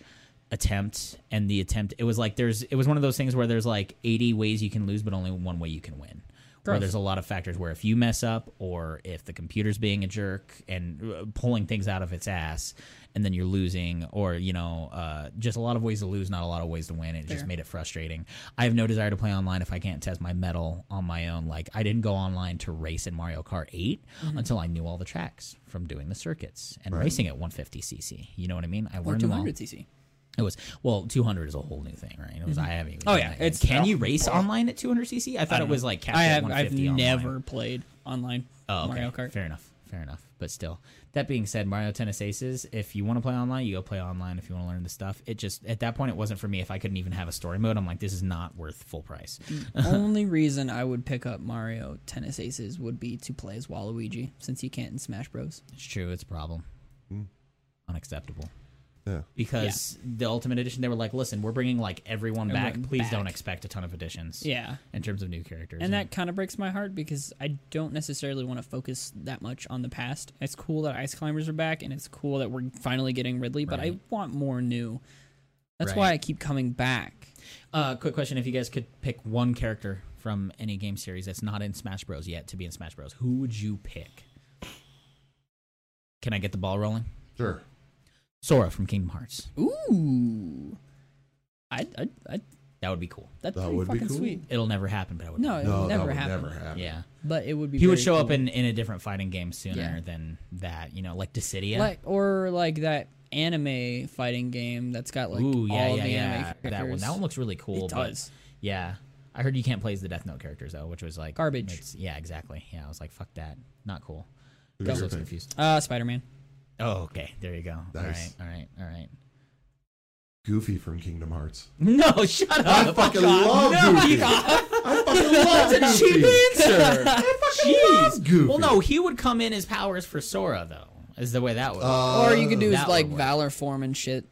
Speaker 1: attempt and the attempt. It was like there's it was one of those things where there's like 80 ways you can lose, but only one way you can win. Where
Speaker 3: Gross.
Speaker 1: there's a lot of factors where if you mess up or if the computer's being a jerk and uh, pulling things out of its ass and then you're losing or you know uh, just a lot of ways to lose not a lot of ways to win it just
Speaker 3: Fair.
Speaker 1: made it frustrating i have no desire to play online if i can't test my metal on my own like i didn't go online to race in mario kart 8
Speaker 3: Mm-hmm.
Speaker 1: until i knew all the tracks from doing the circuits and racing at 150cc you know what i mean i
Speaker 3: Or
Speaker 1: learned them all
Speaker 3: 200 cc.
Speaker 1: it was well, 200 is a whole new thing, right? It was I haven't. Even
Speaker 3: Oh,
Speaker 1: done
Speaker 3: yeah,
Speaker 1: that yet.
Speaker 3: it's-
Speaker 1: can
Speaker 3: oh,
Speaker 1: you race online at 200 cc? I thought it was like capped
Speaker 3: I
Speaker 1: at
Speaker 3: have. I've
Speaker 1: 150 online.
Speaker 3: never played online
Speaker 1: Oh, okay.
Speaker 3: Mario Kart.
Speaker 1: Fair enough. Fair enough. But still, that being said, Mario Tennis Aces. If you want to play online, you go play online. If you want to learn the stuff, it just at that point it wasn't for me. If I couldn't even have a story mode, I'm like, this is not worth full price.
Speaker 3: Mm. Only reason I would pick up Mario Tennis Aces would be to play as Waluigi, since you can't in Smash Bros.
Speaker 1: It's true. It's a problem. Unacceptable.
Speaker 2: Yeah.
Speaker 1: Because the Ultimate Edition, they were like, listen, we're bringing like everyone back.
Speaker 3: Everyone
Speaker 1: Please
Speaker 3: back.
Speaker 1: don't expect a ton of additions.
Speaker 3: Yeah,
Speaker 1: In terms of new characters.
Speaker 3: and that kind of breaks my heart because I don't necessarily want to focus that much on the past. It's cool that Ice Climbers are back, and it's cool that we're finally getting Ridley, but I
Speaker 1: Right.
Speaker 3: want more new. That's why
Speaker 1: Right.
Speaker 3: I keep coming back.
Speaker 1: Uh, quick question: If you guys could pick one character from any game series that's not in Smash Bros. yet to be in Smash Bros., who would you pick? Can I get the ball rolling?
Speaker 2: Sure.
Speaker 1: Sora from Kingdom Hearts.
Speaker 3: Ooh, I, I, I
Speaker 1: That would be cool.
Speaker 3: that's
Speaker 2: That
Speaker 3: pretty
Speaker 2: would be
Speaker 3: fucking
Speaker 2: cool.
Speaker 3: sweet.
Speaker 1: It'll never happen, but I would.
Speaker 3: No, it
Speaker 2: No,
Speaker 3: would
Speaker 2: that
Speaker 3: never
Speaker 2: would
Speaker 3: happen.
Speaker 2: never happen.
Speaker 1: uh, yeah,
Speaker 3: But it would be.
Speaker 1: he would
Speaker 3: very
Speaker 1: show up
Speaker 3: cool.
Speaker 1: in in a different fighting game sooner
Speaker 3: Yeah.
Speaker 1: than that. You know, like Dissidia.
Speaker 3: like or like that anime fighting game that's got like
Speaker 1: Ooh, yeah,
Speaker 3: all
Speaker 1: yeah,
Speaker 3: the anime
Speaker 1: yeah.
Speaker 3: characters.
Speaker 1: That one. That one looks really cool.
Speaker 3: It
Speaker 1: but-
Speaker 3: does.
Speaker 1: yeah, I heard you can't play as the Death Note characters though, which was like
Speaker 3: Garbage.
Speaker 1: it's- Yeah, exactly. Yeah, I was like, fuck that. Not cool.
Speaker 2: Who's
Speaker 1: Just
Speaker 2: your
Speaker 1: looks
Speaker 2: pick?
Speaker 1: confused.
Speaker 3: Uh, Spider Man.
Speaker 1: Oh, okay. There you go.
Speaker 2: Nice.
Speaker 1: All right. All right. All right.
Speaker 2: Goofy from Kingdom Hearts.
Speaker 1: No, shut up.
Speaker 2: I fucking love Goofy. I fucking love
Speaker 1: That's a cheap
Speaker 2: Goofy.
Speaker 1: answer.
Speaker 2: I love Goofy.
Speaker 1: well, no, he would come in as powers for Sora though, is the way that would. work.
Speaker 2: Uh,
Speaker 3: or you could do his
Speaker 1: Oh, that
Speaker 3: like
Speaker 1: would work.
Speaker 3: Valor form and shit.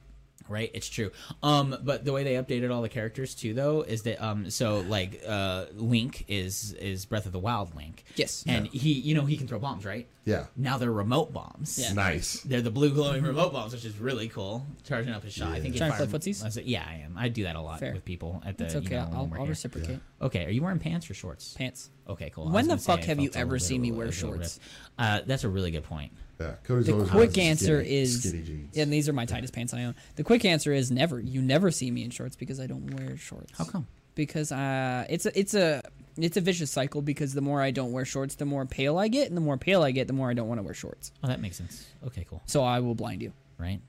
Speaker 1: right it's true um but the way they updated all the characters too though is that um so like uh link is is breath of the wild link
Speaker 3: Yes.
Speaker 1: and he you know he can throw bombs right
Speaker 2: Yeah.
Speaker 1: now they're remote bombs
Speaker 3: Yeah.
Speaker 2: Nice.
Speaker 1: They're the blue glowing remote bombs, which is really cool. Charging up his shot. I think
Speaker 3: Trying
Speaker 1: he
Speaker 3: to play
Speaker 1: fired-
Speaker 3: footsies?
Speaker 1: I said, yeah, I am. I do that a lot
Speaker 3: Fair.
Speaker 1: with people at the.
Speaker 3: It's
Speaker 1: you
Speaker 3: okay.
Speaker 1: know, when
Speaker 3: I'll,
Speaker 1: we're
Speaker 3: I'll
Speaker 1: here.
Speaker 3: reciprocate.
Speaker 1: Okay, are you wearing pants or shorts?
Speaker 3: Pants.
Speaker 1: Okay, cool. I was
Speaker 3: When the
Speaker 1: gonna say,
Speaker 3: fuck
Speaker 1: I
Speaker 3: have
Speaker 1: felt
Speaker 3: you
Speaker 1: a
Speaker 3: ever
Speaker 1: little
Speaker 3: seen me
Speaker 1: bit-
Speaker 3: wear
Speaker 1: a little bit.
Speaker 3: shorts?
Speaker 1: Uh, that's a really good point.
Speaker 2: Yeah. Cody's
Speaker 3: The
Speaker 2: always
Speaker 3: quick
Speaker 2: wearing
Speaker 3: answer
Speaker 2: skinny-
Speaker 3: is,
Speaker 2: skinny jeans.
Speaker 3: and these are my tightest pants I own. The quick answer is never. You never see me in shorts because I don't wear shorts.
Speaker 1: How come?
Speaker 3: Because uh, it's a it's a it's a vicious cycle. Because the more I don't wear shorts, the more pale I get, and the more pale I get, the more I don't want to wear shorts.
Speaker 1: Oh, that makes sense. Okay, cool.
Speaker 3: So I will blind you.
Speaker 1: Right,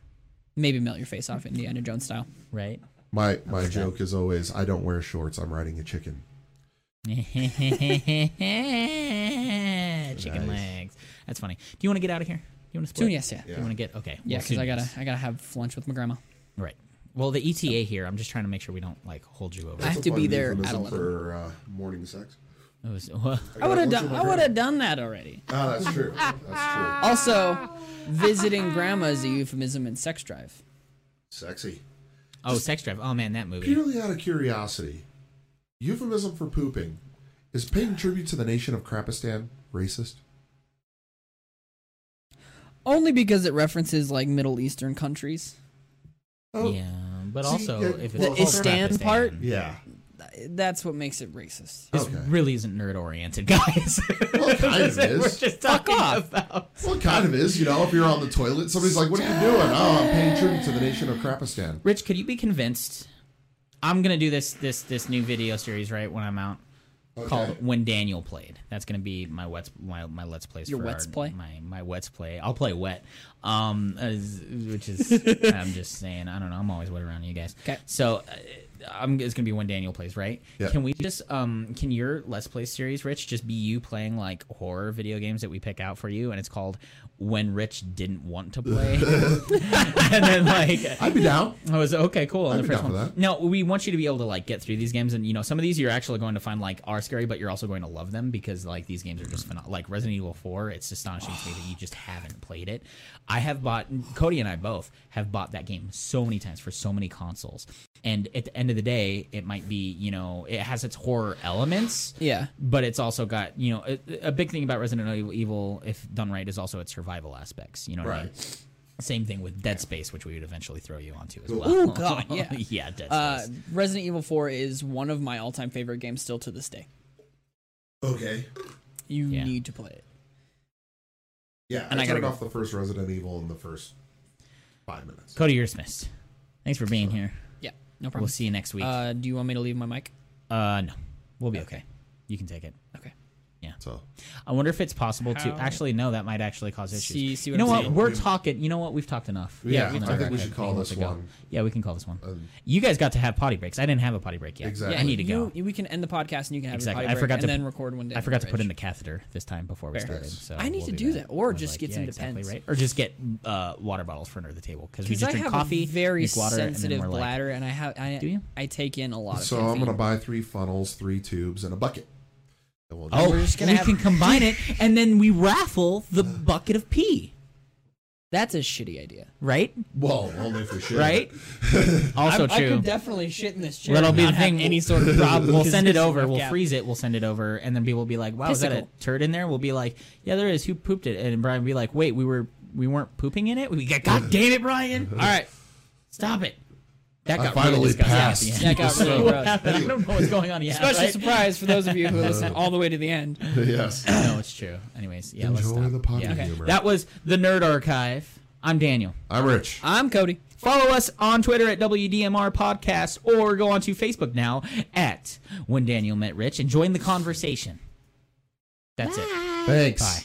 Speaker 3: Maybe melt your face off, Indiana Jones style.
Speaker 1: right.
Speaker 2: My my joke is always I don't wear shorts. I'm riding a chicken.
Speaker 1: Chicken
Speaker 2: Nice.
Speaker 1: legs. That's funny. Do you want to get out of here? You want to split?
Speaker 3: Soon, yes, yeah.
Speaker 1: Do you want to get okay?
Speaker 3: Yeah,
Speaker 1: well,
Speaker 3: because I
Speaker 1: soon,
Speaker 3: gotta
Speaker 1: yes.
Speaker 3: I gotta have lunch with my grandma.
Speaker 1: Right. Well, the E ETA here. I'm just trying to make sure we don't like hold you over.
Speaker 3: I have to be there at
Speaker 2: Euphemism
Speaker 3: 11.
Speaker 2: for uh, morning sex.
Speaker 1: It was, oh, well,
Speaker 3: I would have
Speaker 2: Orchard Lake
Speaker 3: done. I would
Speaker 2: Road.
Speaker 3: have done that already.
Speaker 2: Ah, that's true. That's true.
Speaker 3: Also, visiting grandma is a euphemism in sex drive.
Speaker 2: Sexy.
Speaker 1: oh, Sex Drive. Oh man, that movie.
Speaker 2: Purely out of curiosity, euphemism for pooping is paying tribute to the nation of Krapistan racist?
Speaker 3: Only because it references like Middle Eastern countries.
Speaker 2: Oh,
Speaker 1: yeah, but
Speaker 2: See,
Speaker 1: also
Speaker 2: yeah,
Speaker 1: if it's
Speaker 2: well,
Speaker 1: called
Speaker 3: Istan
Speaker 1: Krapistan,
Speaker 3: part?
Speaker 2: yeah.
Speaker 3: That's what makes it racist.
Speaker 1: This
Speaker 2: Okay.
Speaker 1: really isn't nerd oriented, guys.
Speaker 2: Well, it kind of
Speaker 1: We're
Speaker 2: is.
Speaker 1: just talking
Speaker 3: off.
Speaker 1: about.
Speaker 2: Well, it kind of is. You know, if you're on the toilet, somebody's like, "What are you doing?" Oh, I'm paying tribute to the nation of Krapistan.
Speaker 1: Rich, could you be convinced? I'm gonna do this this this new video series right when I'm out called "When Daniel Played." That's gonna be my wets my, my let's plays.
Speaker 3: Your
Speaker 1: for
Speaker 3: wets
Speaker 1: our-
Speaker 3: play?
Speaker 1: My my wets play. I'll play wet, um, as- which is I'm just saying. I don't know. I'm always wet around you guys.
Speaker 3: 'Kay.
Speaker 1: So. Uh, I'm, it's gonna be when Daniel plays, right?
Speaker 2: Yeah.
Speaker 1: Can we just, um, can your Let's Play series, Rich, just be you playing like horror video games that we pick out for you, and it's called "When Rich Didn't Want to Play," and then like
Speaker 2: I'd be down.
Speaker 1: I was Oh, okay, cool.
Speaker 2: I'd
Speaker 1: the
Speaker 2: be
Speaker 1: first
Speaker 2: down for
Speaker 1: one.
Speaker 2: that.
Speaker 1: No, we want you to be able to like get through these games, and you know some of these you're actually going to find like are scary, but you're also going to love them because like these games are just phenomenal. Like Resident Evil Four, it's astonishing to me that you just haven't played it. I have bought Cody and I both have bought that game so many times for so many consoles, and at the end of the day, it might be you know it has its horror elements,
Speaker 3: Yeah.
Speaker 1: but it's also got you know a, a big thing about Resident Evil, if done right, is also its survival aspects. You know what I mean?
Speaker 2: Right.
Speaker 1: Same thing with Dead Space, which we would eventually throw you onto as well.
Speaker 3: Oh, God, yeah.
Speaker 1: yeah, Dead Space.
Speaker 3: Uh, Resident Evil 4 is one of my all-time favorite games still to this day.
Speaker 2: Okay.
Speaker 3: You
Speaker 1: Yeah.
Speaker 3: need to play it.
Speaker 2: Yeah.
Speaker 1: And
Speaker 2: I,
Speaker 1: I gotta
Speaker 2: turned
Speaker 1: go.
Speaker 2: off the first Resident Evil in the first five minutes.
Speaker 1: Cody, you're dismissed. Thanks for being here.
Speaker 3: Yeah, no
Speaker 1: We'll
Speaker 3: problem.
Speaker 1: see you next week. Uh,
Speaker 3: Uh, do you want me to leave my mic?
Speaker 1: no, we'll be okay. You can take it.
Speaker 3: Okay.
Speaker 2: So
Speaker 1: I wonder if it's possible
Speaker 3: How-
Speaker 1: to actually no. That might actually cause issues.
Speaker 3: See- see what
Speaker 1: you know
Speaker 3: I'm
Speaker 1: what?
Speaker 3: saying?
Speaker 1: We're talking. You know what? We've talked enough.
Speaker 2: Yeah,
Speaker 1: we've
Speaker 2: I
Speaker 1: talked
Speaker 2: think we
Speaker 1: enough.
Speaker 2: should call
Speaker 1: can let
Speaker 2: this
Speaker 1: it go.
Speaker 2: one,
Speaker 1: Yeah, we can call this one.
Speaker 2: um,
Speaker 1: you guys got to have potty breaks. I didn't have a potty break yet.
Speaker 2: Exactly.
Speaker 1: I need to go.
Speaker 3: You, you- we can end the podcast and you can have
Speaker 1: Exactly.
Speaker 3: your
Speaker 1: I
Speaker 3: potty break
Speaker 1: forgot
Speaker 3: and
Speaker 1: to-
Speaker 3: then record one day.
Speaker 1: I forgot to put in
Speaker 3: Rich.
Speaker 1: the catheter this time before we
Speaker 3: Fair.
Speaker 1: started.
Speaker 2: Yes.
Speaker 1: So
Speaker 3: I need
Speaker 1: we'll
Speaker 3: to
Speaker 1: do
Speaker 3: do that, or
Speaker 1: I was
Speaker 3: just get some
Speaker 1: exactly
Speaker 3: Depends.
Speaker 1: right, or just get uh, water bottles for under the table because we
Speaker 3: 'Cause
Speaker 1: just
Speaker 3: I
Speaker 1: drink
Speaker 3: have
Speaker 1: coffee,
Speaker 3: a very
Speaker 1: drink water,
Speaker 3: sensitive
Speaker 1: and then we're like,
Speaker 3: bladder, and I have I
Speaker 1: Do you?
Speaker 3: I take in a lot of.
Speaker 2: so I'm
Speaker 3: caffeine.
Speaker 2: gonna buy three funnels, three tubes, and a bucket. And we'll
Speaker 1: oh,
Speaker 2: just-
Speaker 3: We're just gonna
Speaker 1: we
Speaker 3: have-
Speaker 1: can combine it, and then we raffle the bucket of pee,
Speaker 3: That's a shitty idea.
Speaker 1: right?
Speaker 2: well, only for sure.
Speaker 1: Right. also
Speaker 3: I, I
Speaker 1: true.
Speaker 3: could definitely shit in this chair.
Speaker 1: That'll
Speaker 3: and
Speaker 1: be the
Speaker 3: not have
Speaker 1: thing.
Speaker 3: Any sort of problem.
Speaker 1: We'll
Speaker 3: 'cause
Speaker 1: send it
Speaker 3: it's a
Speaker 1: over.
Speaker 3: rough
Speaker 1: We'll
Speaker 3: gap.
Speaker 1: freeze it. We'll send it over, and then people will be like, "Wow, is that a
Speaker 3: Pissicle.
Speaker 1: turd in there?" We'll be like, "Yeah, there is. Who pooped it?" And Brian will be like, "Wait, we were we weren't pooping in it. We got God damn it, Brian! All right, stop it." That
Speaker 2: I
Speaker 1: got
Speaker 2: finally
Speaker 1: really disgusting at the
Speaker 2: passed.
Speaker 1: end.
Speaker 3: That got really
Speaker 1: What
Speaker 3: gross.
Speaker 1: happened? I don't know what's going on yet.
Speaker 3: Special
Speaker 1: right?
Speaker 3: surprise for those of you who listen all the way to the end.
Speaker 2: yes.
Speaker 1: No, it's true. Anyways, yeah, let's
Speaker 2: Enjoy
Speaker 1: stop.
Speaker 2: the potty
Speaker 1: Yeah.
Speaker 2: humor.
Speaker 1: That was the Nerd Archive. I'm Daniel.
Speaker 2: I'm rich.
Speaker 1: Uh,
Speaker 3: I'm Cody.
Speaker 1: Follow us on Twitter at WDMR Podcast or go onto Facebook now at When Daniel Met Rich and join the conversation. That's it.
Speaker 2: Thanks.
Speaker 1: Bye.